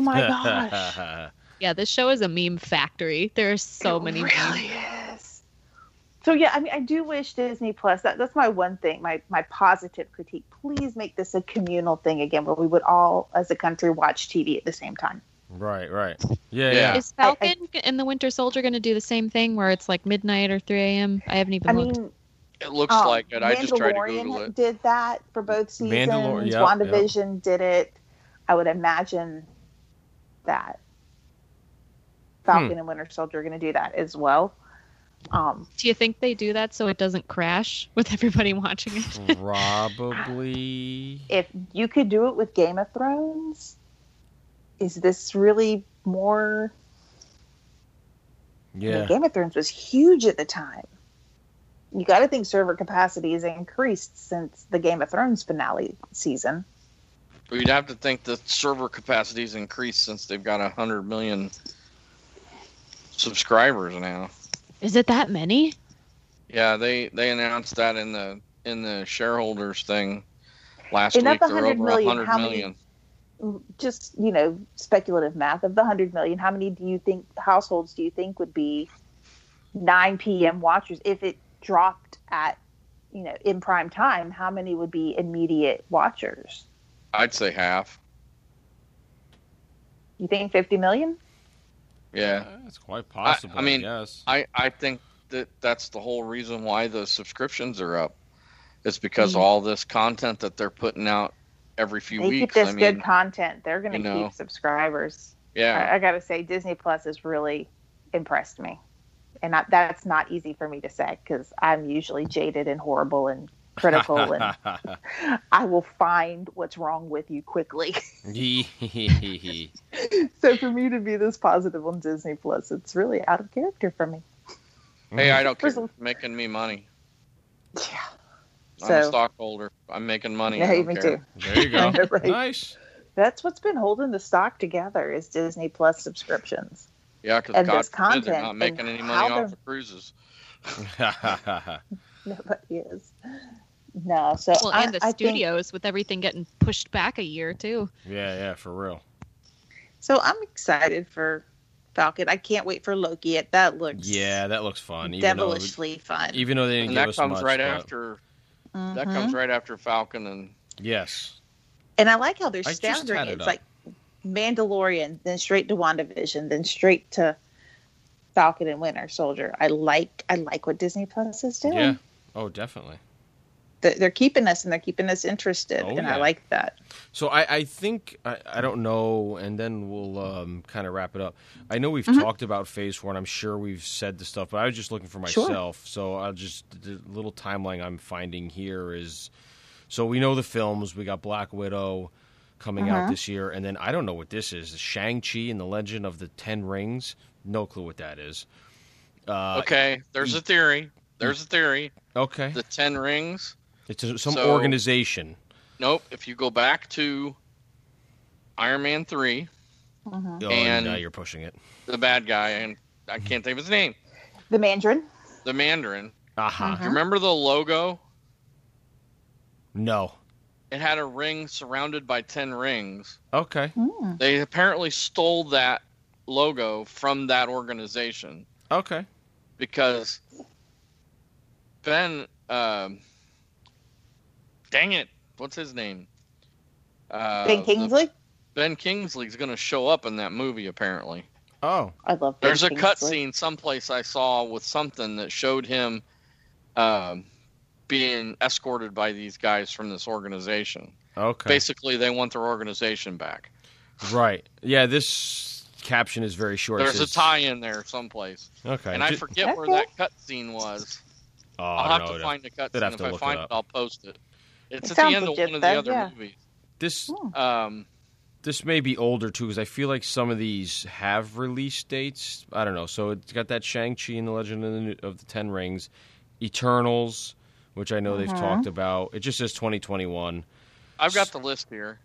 [SPEAKER 4] my gosh.
[SPEAKER 5] Yeah, this show is a meme factory. There are so
[SPEAKER 4] It
[SPEAKER 5] many memes.
[SPEAKER 4] really is. So yeah, I mean, I do wish Disney Plus. That, that's my one thing, my my positive critique. Please make this a communal thing again, where we would all, as a country, watch TV at the same time.
[SPEAKER 3] right. Right. Yeah.
[SPEAKER 6] Yeah.
[SPEAKER 3] Yeah.
[SPEAKER 5] Is Falcon and the Winter Soldier going to do the same thing where it's like midnight or 3 a.m.? I haven't even
[SPEAKER 4] I
[SPEAKER 5] looked.
[SPEAKER 4] mean,
[SPEAKER 6] It looks
[SPEAKER 4] um,
[SPEAKER 6] like it. I just tried to Google
[SPEAKER 4] Mandalorian
[SPEAKER 6] it.
[SPEAKER 4] Did that for both seasons.
[SPEAKER 3] Mandalor- yep,
[SPEAKER 4] WandaVision did it. I would imagine that
[SPEAKER 3] Hmm.
[SPEAKER 4] Falcon and Winter Soldier are going to do that as well. Um,
[SPEAKER 5] Do you think they do that so it doesn't crash with everybody watching it?
[SPEAKER 3] Probably.
[SPEAKER 4] if you could do it with Game of Thrones, is this really more? I mean,
[SPEAKER 3] Yeah.
[SPEAKER 4] Game of Thrones was huge at the time. You got to think server capacity has increased since the Game of Thrones finale season.
[SPEAKER 6] We'd have to think the server capacity's increased since they've got hundred million subscribers now.
[SPEAKER 5] Is it that many?
[SPEAKER 6] Yeah, they they announced that in the in the shareholders thing last
[SPEAKER 4] And of
[SPEAKER 6] week.
[SPEAKER 4] the
[SPEAKER 6] They're
[SPEAKER 4] 100
[SPEAKER 6] over
[SPEAKER 4] million,
[SPEAKER 6] hundred
[SPEAKER 4] how many-
[SPEAKER 6] million.
[SPEAKER 4] Just you know, speculative math of the hundred million. How many do you think households do you think would be nine p.m. watchers if it dropped at you know in prime time? How many would be immediate watchers?
[SPEAKER 6] I'd say half.
[SPEAKER 4] You think fifty million?
[SPEAKER 6] Yeah.
[SPEAKER 3] It's quite possible. I,
[SPEAKER 6] mean,
[SPEAKER 3] yes.
[SPEAKER 6] I, I think that that's the whole reason why the subscriptions are up. It's because
[SPEAKER 5] Mhm.
[SPEAKER 6] all this content that they're putting out every few
[SPEAKER 4] Mm. they
[SPEAKER 6] weeks.
[SPEAKER 4] keep this
[SPEAKER 6] I mean,
[SPEAKER 4] good content. They're going to
[SPEAKER 6] you know.
[SPEAKER 4] keep subscribers.
[SPEAKER 6] Yeah.
[SPEAKER 4] I, I gotta say, Disney Plus has really impressed me, and I, that's not easy for me to say because I'm usually jaded and horrible and critical, and I will find what's wrong with you quickly. so for me to be this positive on Disney Plus, it's really out of character for me.
[SPEAKER 6] hey, I don't care.
[SPEAKER 4] First of-
[SPEAKER 6] Making me money.
[SPEAKER 4] Yeah.
[SPEAKER 6] I'm a
[SPEAKER 4] So
[SPEAKER 6] stockholder. I'm making money. I
[SPEAKER 4] yeah,
[SPEAKER 6] don't
[SPEAKER 4] me
[SPEAKER 6] care.
[SPEAKER 4] too.
[SPEAKER 3] there you go.
[SPEAKER 4] Right.
[SPEAKER 3] Nice.
[SPEAKER 4] That's what's been holding the stock together is Disney Plus subscriptions.
[SPEAKER 6] Yeah, because
[SPEAKER 4] And
[SPEAKER 6] God
[SPEAKER 4] there's
[SPEAKER 6] forbid they're
[SPEAKER 4] content,
[SPEAKER 6] not
[SPEAKER 4] and
[SPEAKER 6] making any
[SPEAKER 4] how
[SPEAKER 6] money
[SPEAKER 4] they're-
[SPEAKER 6] off the cruises.
[SPEAKER 4] Nobody is. No, so
[SPEAKER 5] Well,
[SPEAKER 4] I,
[SPEAKER 5] and the
[SPEAKER 4] I think-
[SPEAKER 5] studios with everything getting pushed back a year too.
[SPEAKER 3] yeah, yeah, for real.
[SPEAKER 4] So I'm excited for Falcon. I can't wait for Loki. It that looks
[SPEAKER 3] Yeah, that looks fun. Even though,
[SPEAKER 4] devilishly fun.
[SPEAKER 3] even though they didn't
[SPEAKER 6] And
[SPEAKER 3] give
[SPEAKER 6] that
[SPEAKER 3] us
[SPEAKER 6] comes
[SPEAKER 3] much,
[SPEAKER 6] right
[SPEAKER 3] but-
[SPEAKER 6] after that
[SPEAKER 4] Mhm.
[SPEAKER 6] comes right after Falcon and
[SPEAKER 3] Yes.
[SPEAKER 4] and I like how they're
[SPEAKER 3] I just
[SPEAKER 4] staggering.
[SPEAKER 3] had
[SPEAKER 4] it.
[SPEAKER 3] it up.
[SPEAKER 4] It's like Mandalorian, then straight to WandaVision, then straight to Falcon and Winter Soldier. I like I like what Disney Plus is doing.
[SPEAKER 3] Yeah. Oh, definitely.
[SPEAKER 4] They- They're keeping us and they're keeping us interested,
[SPEAKER 3] Oh,
[SPEAKER 4] and
[SPEAKER 3] yeah.
[SPEAKER 4] I like that.
[SPEAKER 3] So I, I think I, I don't know, and then we'll um, kind of wrap it up. I know we've talked about Phase One. I'm sure we've said the stuff, but I was just looking for
[SPEAKER 4] Sure.
[SPEAKER 3] myself. So I'll just the little timeline I'm finding here is. So we know the films. We got Black Widow coming out this year, and then I don't know what this is. Shang Chi and the Legend of the Ten Rings. No clue what that is. Uh,
[SPEAKER 6] okay, there's a theory. There's a theory.
[SPEAKER 3] Okay.
[SPEAKER 6] The Ten Rings.
[SPEAKER 3] It's a, some
[SPEAKER 6] So-
[SPEAKER 3] organization.
[SPEAKER 6] Nope. If you go back to Iron Man three,
[SPEAKER 4] Mm-hmm.
[SPEAKER 3] Oh,
[SPEAKER 6] And-
[SPEAKER 3] now you're pushing it.
[SPEAKER 6] the bad guy, and I can't think of his name,
[SPEAKER 4] The Mandarin.
[SPEAKER 6] the Mandarin.
[SPEAKER 3] Aha.
[SPEAKER 6] You remember the logo?
[SPEAKER 3] No.
[SPEAKER 6] It had a ring surrounded by ten rings.
[SPEAKER 3] Okay.
[SPEAKER 4] Mm. Mm-hmm.
[SPEAKER 6] They apparently stole that logo from that organization.
[SPEAKER 3] Okay.
[SPEAKER 6] because Ben, um, dang it, what's his name? Uh,
[SPEAKER 4] ben Kingsley.
[SPEAKER 6] Ben Kingsley's going to show up in that movie. Apparently,
[SPEAKER 3] Oh.
[SPEAKER 4] I love. Ben
[SPEAKER 6] there's a
[SPEAKER 4] Kingsley.
[SPEAKER 6] cutscene someplace I saw with something that showed him um, being escorted by these guys from this organization.
[SPEAKER 3] Okay.
[SPEAKER 6] Basically, they want their organization back.
[SPEAKER 3] Right. Yeah, this caption is very short. It
[SPEAKER 6] There's a
[SPEAKER 3] says-
[SPEAKER 6] tie in there someplace,
[SPEAKER 3] Okay.
[SPEAKER 6] and I
[SPEAKER 3] Ju-
[SPEAKER 6] forget where
[SPEAKER 4] Okay.
[SPEAKER 6] that cutscene was.
[SPEAKER 3] Oh,
[SPEAKER 6] I'll have
[SPEAKER 3] no,
[SPEAKER 6] to
[SPEAKER 3] no.
[SPEAKER 6] find the
[SPEAKER 3] They'd
[SPEAKER 6] cutscene.
[SPEAKER 3] have
[SPEAKER 6] If
[SPEAKER 3] to
[SPEAKER 6] I
[SPEAKER 3] look
[SPEAKER 6] find
[SPEAKER 3] it up.
[SPEAKER 6] it, I'll post it. It's
[SPEAKER 4] It
[SPEAKER 6] at the
[SPEAKER 4] sounds
[SPEAKER 6] end of
[SPEAKER 4] legit,
[SPEAKER 6] one of
[SPEAKER 4] though,
[SPEAKER 6] the other
[SPEAKER 4] yeah.
[SPEAKER 6] movies.
[SPEAKER 3] This
[SPEAKER 6] Um,
[SPEAKER 3] this may be older too, because I feel like some of these have release dates. I don't know. So it's got that Shang Chi and the Legend of the, New- of the Ten Rings, Eternals, which I know they've talked about. It just says 2021.
[SPEAKER 6] I've got the list here.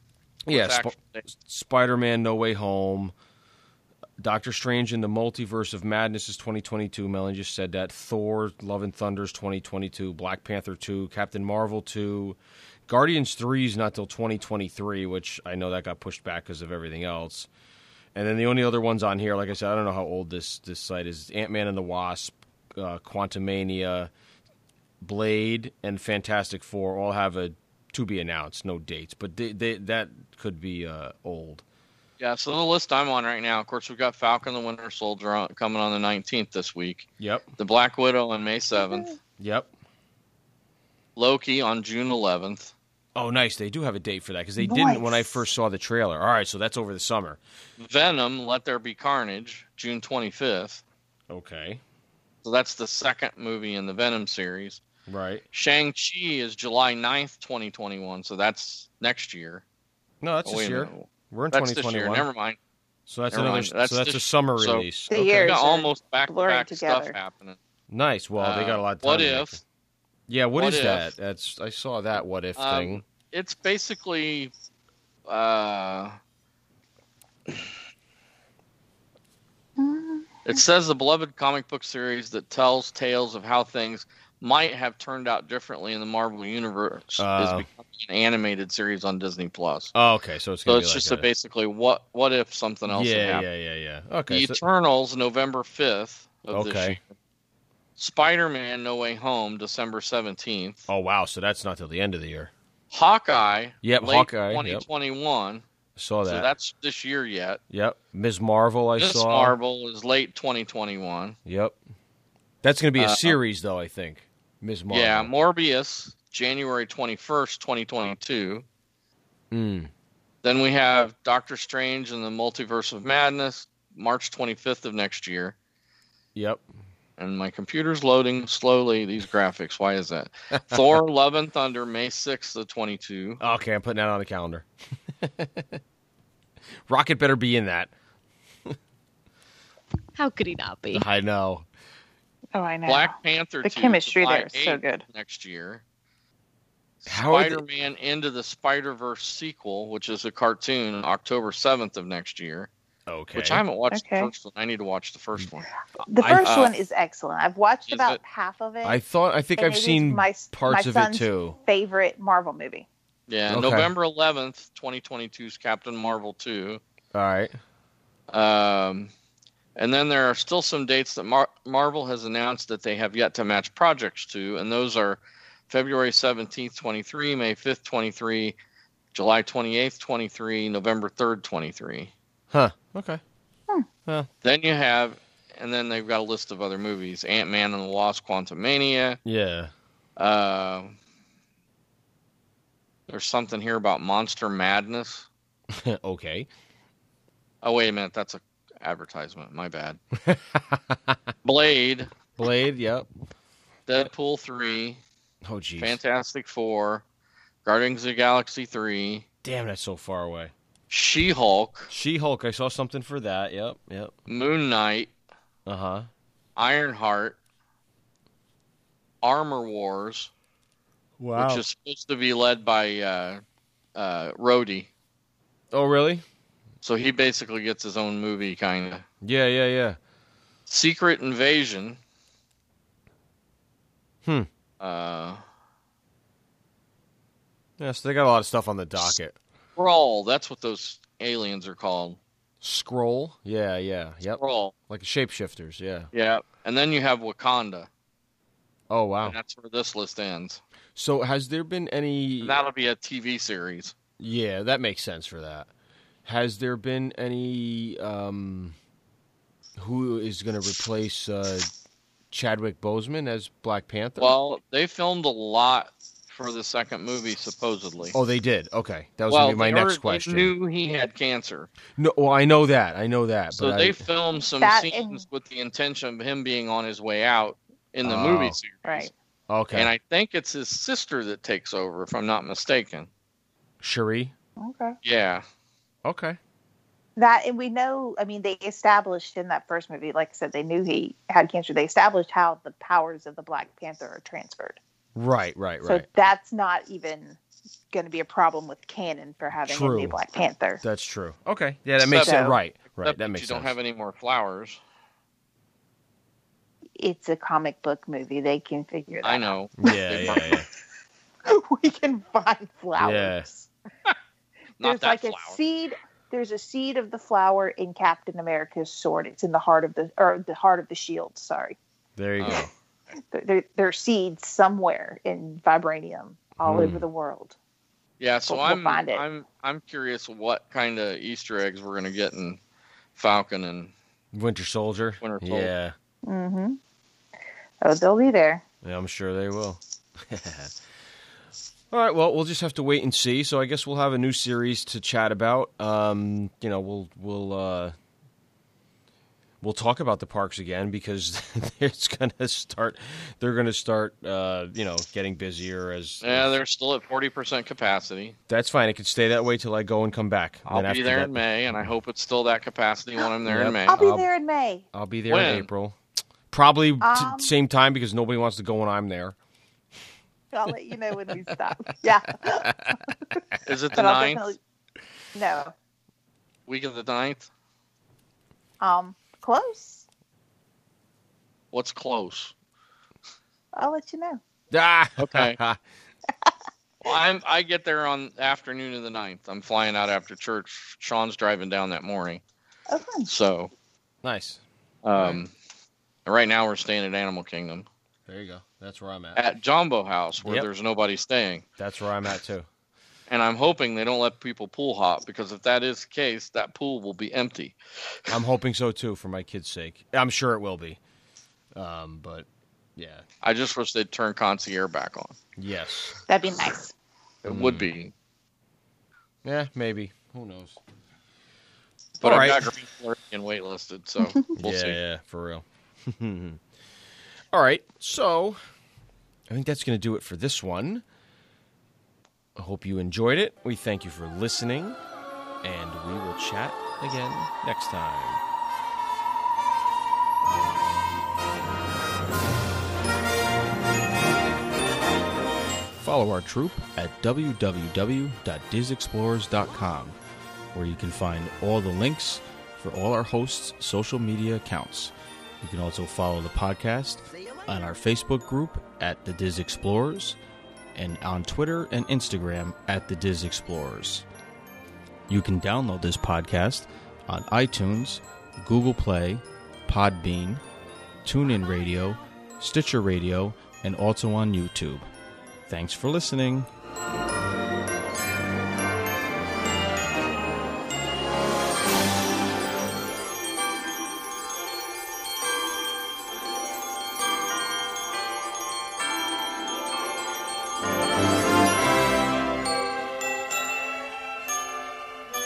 [SPEAKER 3] Yeah,
[SPEAKER 6] It's
[SPEAKER 3] Sp-
[SPEAKER 6] actually-
[SPEAKER 3] Spider-Man: No Way Home, Doctor Strange in the Multiverse of Madness is 2022. Melanie just said that. Thor: Love and Thunder is 2022. Black Panther 2, Captain Marvel 2, Guardians 3 is not till 2023, which I know that got pushed back because of everything else. And then the only other ones on here, like I said, I don't know how old this this site is. Ant Man and the Wasp, uh, Quantumania, Blade, and Fantastic Four all have a to be announced, no dates, but they, they, that could be uh, old.
[SPEAKER 6] yeah, so the list I'm on right now. Of course, we've got Falcon the Winter Soldier on, coming on the 19th this week.
[SPEAKER 3] Yep.
[SPEAKER 6] The Black Widow on May 7th.
[SPEAKER 3] Yep.
[SPEAKER 6] Loki on June 11th.
[SPEAKER 3] Oh, nice. They do have a date for that because they didn't when I
[SPEAKER 4] Nice.
[SPEAKER 3] first saw the trailer. All right, so that's over the summer.
[SPEAKER 6] Venom, Let There Be Carnage, June 25th.
[SPEAKER 3] Okay.
[SPEAKER 6] So that's the second movie in the Venom series.
[SPEAKER 3] Right.
[SPEAKER 6] Shang-Chi is July 9th, 2021. So that's next year.
[SPEAKER 3] No, that's
[SPEAKER 6] Oh, wait
[SPEAKER 3] this
[SPEAKER 6] a
[SPEAKER 3] year.
[SPEAKER 6] minute.
[SPEAKER 3] We're in
[SPEAKER 6] That's this
[SPEAKER 3] 2021.
[SPEAKER 6] year. Never mind.
[SPEAKER 3] So that's
[SPEAKER 6] Never
[SPEAKER 3] another.
[SPEAKER 6] mind. That's
[SPEAKER 3] so that's a
[SPEAKER 6] this-
[SPEAKER 3] summer
[SPEAKER 6] so-
[SPEAKER 3] release.
[SPEAKER 4] The
[SPEAKER 3] Okay.
[SPEAKER 4] year.
[SPEAKER 6] We
[SPEAKER 4] There's
[SPEAKER 6] got
[SPEAKER 4] a
[SPEAKER 6] almost back to back
[SPEAKER 4] blurring
[SPEAKER 6] stuff
[SPEAKER 4] together.
[SPEAKER 6] happening.
[SPEAKER 3] Nice. Well, they got a lot. Of
[SPEAKER 6] Uh, what
[SPEAKER 3] time to
[SPEAKER 6] if
[SPEAKER 3] make it. Yeah.
[SPEAKER 6] what
[SPEAKER 3] what is
[SPEAKER 6] if-
[SPEAKER 3] that? That's. I saw that. What if
[SPEAKER 6] Um,
[SPEAKER 3] thing.
[SPEAKER 6] it's basically uh
[SPEAKER 4] Mm-hmm.
[SPEAKER 6] It says the beloved comic book series that tells tales of how things might have turned out differently in the Marvel universe
[SPEAKER 3] Oh.
[SPEAKER 6] is becoming an animated series on Disney Plus.
[SPEAKER 3] Oh, okay. So it's.
[SPEAKER 6] So
[SPEAKER 3] Gonna
[SPEAKER 6] it's
[SPEAKER 3] be
[SPEAKER 6] just
[SPEAKER 3] like
[SPEAKER 6] a basically what what if something else had
[SPEAKER 3] Yeah,
[SPEAKER 6] happened.
[SPEAKER 3] yeah, yeah, yeah. Okay.
[SPEAKER 6] The
[SPEAKER 3] so-
[SPEAKER 6] Eternals, November fifth of this
[SPEAKER 3] Okay.
[SPEAKER 6] year. Spider Man No Way Home, December seventeenth.
[SPEAKER 3] oh wow. So that's not till the end of the year.
[SPEAKER 6] Hawkeye.
[SPEAKER 3] Yep,
[SPEAKER 6] late
[SPEAKER 3] Hawkeye, yep.
[SPEAKER 6] 2021.
[SPEAKER 3] Saw that.
[SPEAKER 6] So that's this year yet.
[SPEAKER 3] Yep. Ms. Marvel. I
[SPEAKER 6] This
[SPEAKER 3] saw.
[SPEAKER 6] Marvel is late 2021.
[SPEAKER 3] Yep. That's going to be a
[SPEAKER 6] Uh,
[SPEAKER 3] series, though. I think Ms. Marvel.
[SPEAKER 6] Yeah, Morbius, January 21st, 2022.
[SPEAKER 3] Mm.
[SPEAKER 6] Then we have Doctor Strange and the Multiverse of Madness, March 25th of next year.
[SPEAKER 3] Yep.
[SPEAKER 6] And my computer's loading slowly these graphics. Why is that? Thor, Love and Thunder, May 6th of 22.
[SPEAKER 3] Okay, I'm putting that on the calendar. Rocket better be in that.
[SPEAKER 5] How could he not be?
[SPEAKER 3] I know.
[SPEAKER 4] Oh, I know.
[SPEAKER 6] Black Panther
[SPEAKER 4] The
[SPEAKER 6] 2,
[SPEAKER 4] chemistry
[SPEAKER 6] July
[SPEAKER 4] there is so
[SPEAKER 6] 8th
[SPEAKER 4] good.
[SPEAKER 6] Next year.
[SPEAKER 3] How are they-
[SPEAKER 6] Spider Man Into the Spider Verse sequel, which is a cartoon, October 7th of next year,
[SPEAKER 3] Okay. Mm.
[SPEAKER 6] which I haven't watched
[SPEAKER 4] Okay.
[SPEAKER 6] the first one. I need to watch the first one.
[SPEAKER 4] The
[SPEAKER 3] I-
[SPEAKER 4] first
[SPEAKER 6] uh,
[SPEAKER 4] one is excellent. I've watched
[SPEAKER 6] is
[SPEAKER 4] about
[SPEAKER 6] it-
[SPEAKER 4] half of it.
[SPEAKER 3] I thought I think
[SPEAKER 4] and
[SPEAKER 3] I've
[SPEAKER 4] it is
[SPEAKER 3] seen
[SPEAKER 4] my,
[SPEAKER 3] parts
[SPEAKER 4] my
[SPEAKER 3] of
[SPEAKER 4] son's
[SPEAKER 3] it too.
[SPEAKER 4] Favorite Marvel movie.
[SPEAKER 6] Yeah,
[SPEAKER 3] Okay.
[SPEAKER 6] November 11th, 2022's Captain Marvel 2.
[SPEAKER 3] All right.
[SPEAKER 6] Um, and then there are still some dates that Mar- Marvel has announced that they have yet to match projects to, and those are February 17th, 23, May 5th, 23, July 28th, 23, November 3rd, 23.
[SPEAKER 3] Huh. Okay.
[SPEAKER 6] Then you have, and then they've got a list of other movies Ant Man and the Wasp, Quantum Mania.
[SPEAKER 3] Yeah.
[SPEAKER 6] Uh, there's something here about Monster Madness.
[SPEAKER 3] okay.
[SPEAKER 6] Oh, wait a minute. That's a advertisement. My bad. Blade,
[SPEAKER 3] Blade, yep.
[SPEAKER 6] Deadpool 3,
[SPEAKER 3] Oh jeez.
[SPEAKER 6] Fantastic Four, Guardians of the Galaxy 3,
[SPEAKER 3] Damn, that's so far away.
[SPEAKER 6] She Hulk,
[SPEAKER 3] She-Hulk, I saw something for that. Yep, yep.
[SPEAKER 6] Moon Knight,
[SPEAKER 3] Uh-huh.
[SPEAKER 6] Ironheart, Armor Wars, which is supposed to be led by uh, uh, Rhodey.
[SPEAKER 3] oh, really?
[SPEAKER 6] So he basically gets his own movie, kind of.
[SPEAKER 3] Yeah, yeah, yeah.
[SPEAKER 6] Secret Invasion.
[SPEAKER 3] Hmm.
[SPEAKER 6] Uh,
[SPEAKER 3] Yeah, so they got a lot of stuff on the docket.
[SPEAKER 6] Brawl. That's what those aliens are called.
[SPEAKER 3] Scroll? Yeah, yeah. Yep.
[SPEAKER 6] Brawl.
[SPEAKER 3] Like shapeshifters, yeah.
[SPEAKER 6] Yeah. And then you have Wakanda.
[SPEAKER 3] Oh, wow.
[SPEAKER 6] And that's where this list ends.
[SPEAKER 3] So has there been any
[SPEAKER 6] And that'll be a TV series.
[SPEAKER 3] Yeah, that makes sense for that. Has there been any um who is going to replace uh Chadwick Boseman as Black Panther?
[SPEAKER 6] Well, they filmed a lot for the second movie, supposedly.
[SPEAKER 3] oh, they did. Okay. That was
[SPEAKER 6] well,
[SPEAKER 3] going to be my
[SPEAKER 6] they
[SPEAKER 3] next
[SPEAKER 6] already
[SPEAKER 3] question.
[SPEAKER 6] knew he had cancer,
[SPEAKER 3] No, well, I know that. I know that,
[SPEAKER 6] so
[SPEAKER 3] but
[SPEAKER 6] they
[SPEAKER 3] I,
[SPEAKER 6] filmed some
[SPEAKER 4] That
[SPEAKER 6] scenes
[SPEAKER 4] and-
[SPEAKER 6] with the intention of him being on his way out in the
[SPEAKER 3] Oh.
[SPEAKER 6] movie series.
[SPEAKER 4] Right.
[SPEAKER 3] Okay.
[SPEAKER 6] And I think it's his sister that takes over, if I'm not mistaken.
[SPEAKER 3] Cherie.
[SPEAKER 4] Okay.
[SPEAKER 6] Yeah.
[SPEAKER 3] Okay.
[SPEAKER 4] That and we know. I mean, they established in that first movie, like I said, they knew he had cancer. They established how the powers of the Black Panther are transferred.
[SPEAKER 3] Right, right,
[SPEAKER 4] So
[SPEAKER 3] right.
[SPEAKER 4] that's not even going to be a problem with canon for having him be
[SPEAKER 3] True.
[SPEAKER 4] Black Panther.
[SPEAKER 3] That's true. Okay. Yeah, that makes
[SPEAKER 4] Except-
[SPEAKER 3] sense. Right. Right.
[SPEAKER 6] Except
[SPEAKER 3] That makes
[SPEAKER 6] You
[SPEAKER 3] sense.
[SPEAKER 6] don't have any more flowers.
[SPEAKER 4] It's a comic book movie. They can figure that.
[SPEAKER 6] I know.
[SPEAKER 3] yeah, yeah, yeah.
[SPEAKER 4] out. we can find flowers.
[SPEAKER 3] Yes.
[SPEAKER 6] Not
[SPEAKER 4] there's
[SPEAKER 6] that
[SPEAKER 4] like
[SPEAKER 6] flower.
[SPEAKER 4] a seed. There's a seed of the flower in Captain America's sword. It's in the heart of the or the heart of the shield. Sorry,
[SPEAKER 3] There you go.
[SPEAKER 6] Oh.
[SPEAKER 4] there, there, there are seeds somewhere in vibranium all
[SPEAKER 3] Hmm.
[SPEAKER 4] over the world.
[SPEAKER 6] Yeah, so
[SPEAKER 4] We'll- we'll
[SPEAKER 6] I'm
[SPEAKER 4] find it.
[SPEAKER 6] I'm I'm curious what kind of Easter eggs we're gonna get in Falcon and
[SPEAKER 3] Winter Soldier.
[SPEAKER 6] Winter Soldier.
[SPEAKER 3] Yeah.
[SPEAKER 4] Mm-hmm. Oh, they'll be there.
[SPEAKER 3] Yeah, I'm sure they will. All right, well, we'll just have to wait and see. So I guess we'll have a new series to chat about. Um, you know, we'll we'll uh, we'll talk about the parks again because it's gonna start. They're gonna start. Uh, you know, getting busier as.
[SPEAKER 6] Yeah,
[SPEAKER 3] as-
[SPEAKER 6] they're still at forty percent capacity.
[SPEAKER 3] that's fine. It could stay that way till I go and come back.
[SPEAKER 6] I'll
[SPEAKER 3] Then
[SPEAKER 6] be
[SPEAKER 3] after
[SPEAKER 6] there
[SPEAKER 3] that-
[SPEAKER 6] in May, and I hope it's still that capacity when I'm there
[SPEAKER 3] Yep.
[SPEAKER 6] in May.
[SPEAKER 4] I'll be
[SPEAKER 3] I'll-
[SPEAKER 4] there in May.
[SPEAKER 3] I'll be there
[SPEAKER 6] When?
[SPEAKER 3] in April. Probably t-
[SPEAKER 4] Um,
[SPEAKER 3] same time because nobody wants to go when I'm there.
[SPEAKER 4] I'll let you know when we stop. Yeah,
[SPEAKER 6] Is it the
[SPEAKER 4] but I'll
[SPEAKER 6] ninth?
[SPEAKER 4] definitely. No,
[SPEAKER 6] Week of the ninth?
[SPEAKER 4] um, close.
[SPEAKER 6] What's close?
[SPEAKER 4] I'll let you know.
[SPEAKER 3] Ah,
[SPEAKER 6] Okay. Well, I'm I get there on afternoon of the ninth. I'm flying out after church. Sean's driving down that morning.
[SPEAKER 4] Oh, fun.
[SPEAKER 6] So
[SPEAKER 3] nice.
[SPEAKER 6] um right now we're staying at Animal Kingdom.
[SPEAKER 3] There you go. That's where I'm at.
[SPEAKER 6] At Jumbo House where
[SPEAKER 3] Yep.
[SPEAKER 6] there's nobody staying.
[SPEAKER 3] That's where I'm at too.
[SPEAKER 6] And I'm hoping they don't let people pool hop because if that is the case, that pool will be empty.
[SPEAKER 3] I'm hoping so too, for my kids' sake. I'm sure it will be. Um, but yeah,
[SPEAKER 6] I just wish they'd turn concierge back on.
[SPEAKER 3] yes,
[SPEAKER 4] That'd be nice.
[SPEAKER 6] It would be.
[SPEAKER 3] yeah, maybe.
[SPEAKER 2] Who knows?
[SPEAKER 6] But
[SPEAKER 2] All
[SPEAKER 6] I've
[SPEAKER 2] right.
[SPEAKER 6] got Green Flurry and waitlisted, so we'll
[SPEAKER 2] yeah,
[SPEAKER 6] see.
[SPEAKER 2] yeah, for real. All right, so I think that's going to do it for this one. I hope you enjoyed it. We thank you for listening, and we will chat again next time. Follow our troop at www.disexplorers.com, where you can find all the links for all our hosts' social media accounts. You can also follow the podcast on our Facebook group at The Diz Explorers and on Twitter and Instagram at The Diz Explorers. You can download this podcast on iTunes, Google Play, Podbean, TuneIn Radio, Stitcher Radio, and also on YouTube. Thanks for listening.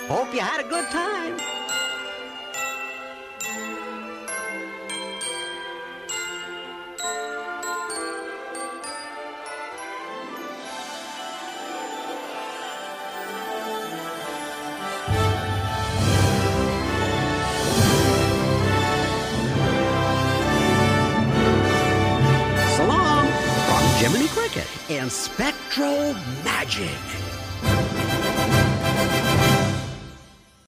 [SPEAKER 7] Hope you had a good time. So long from Jiminy Cricket and Spectro Magic.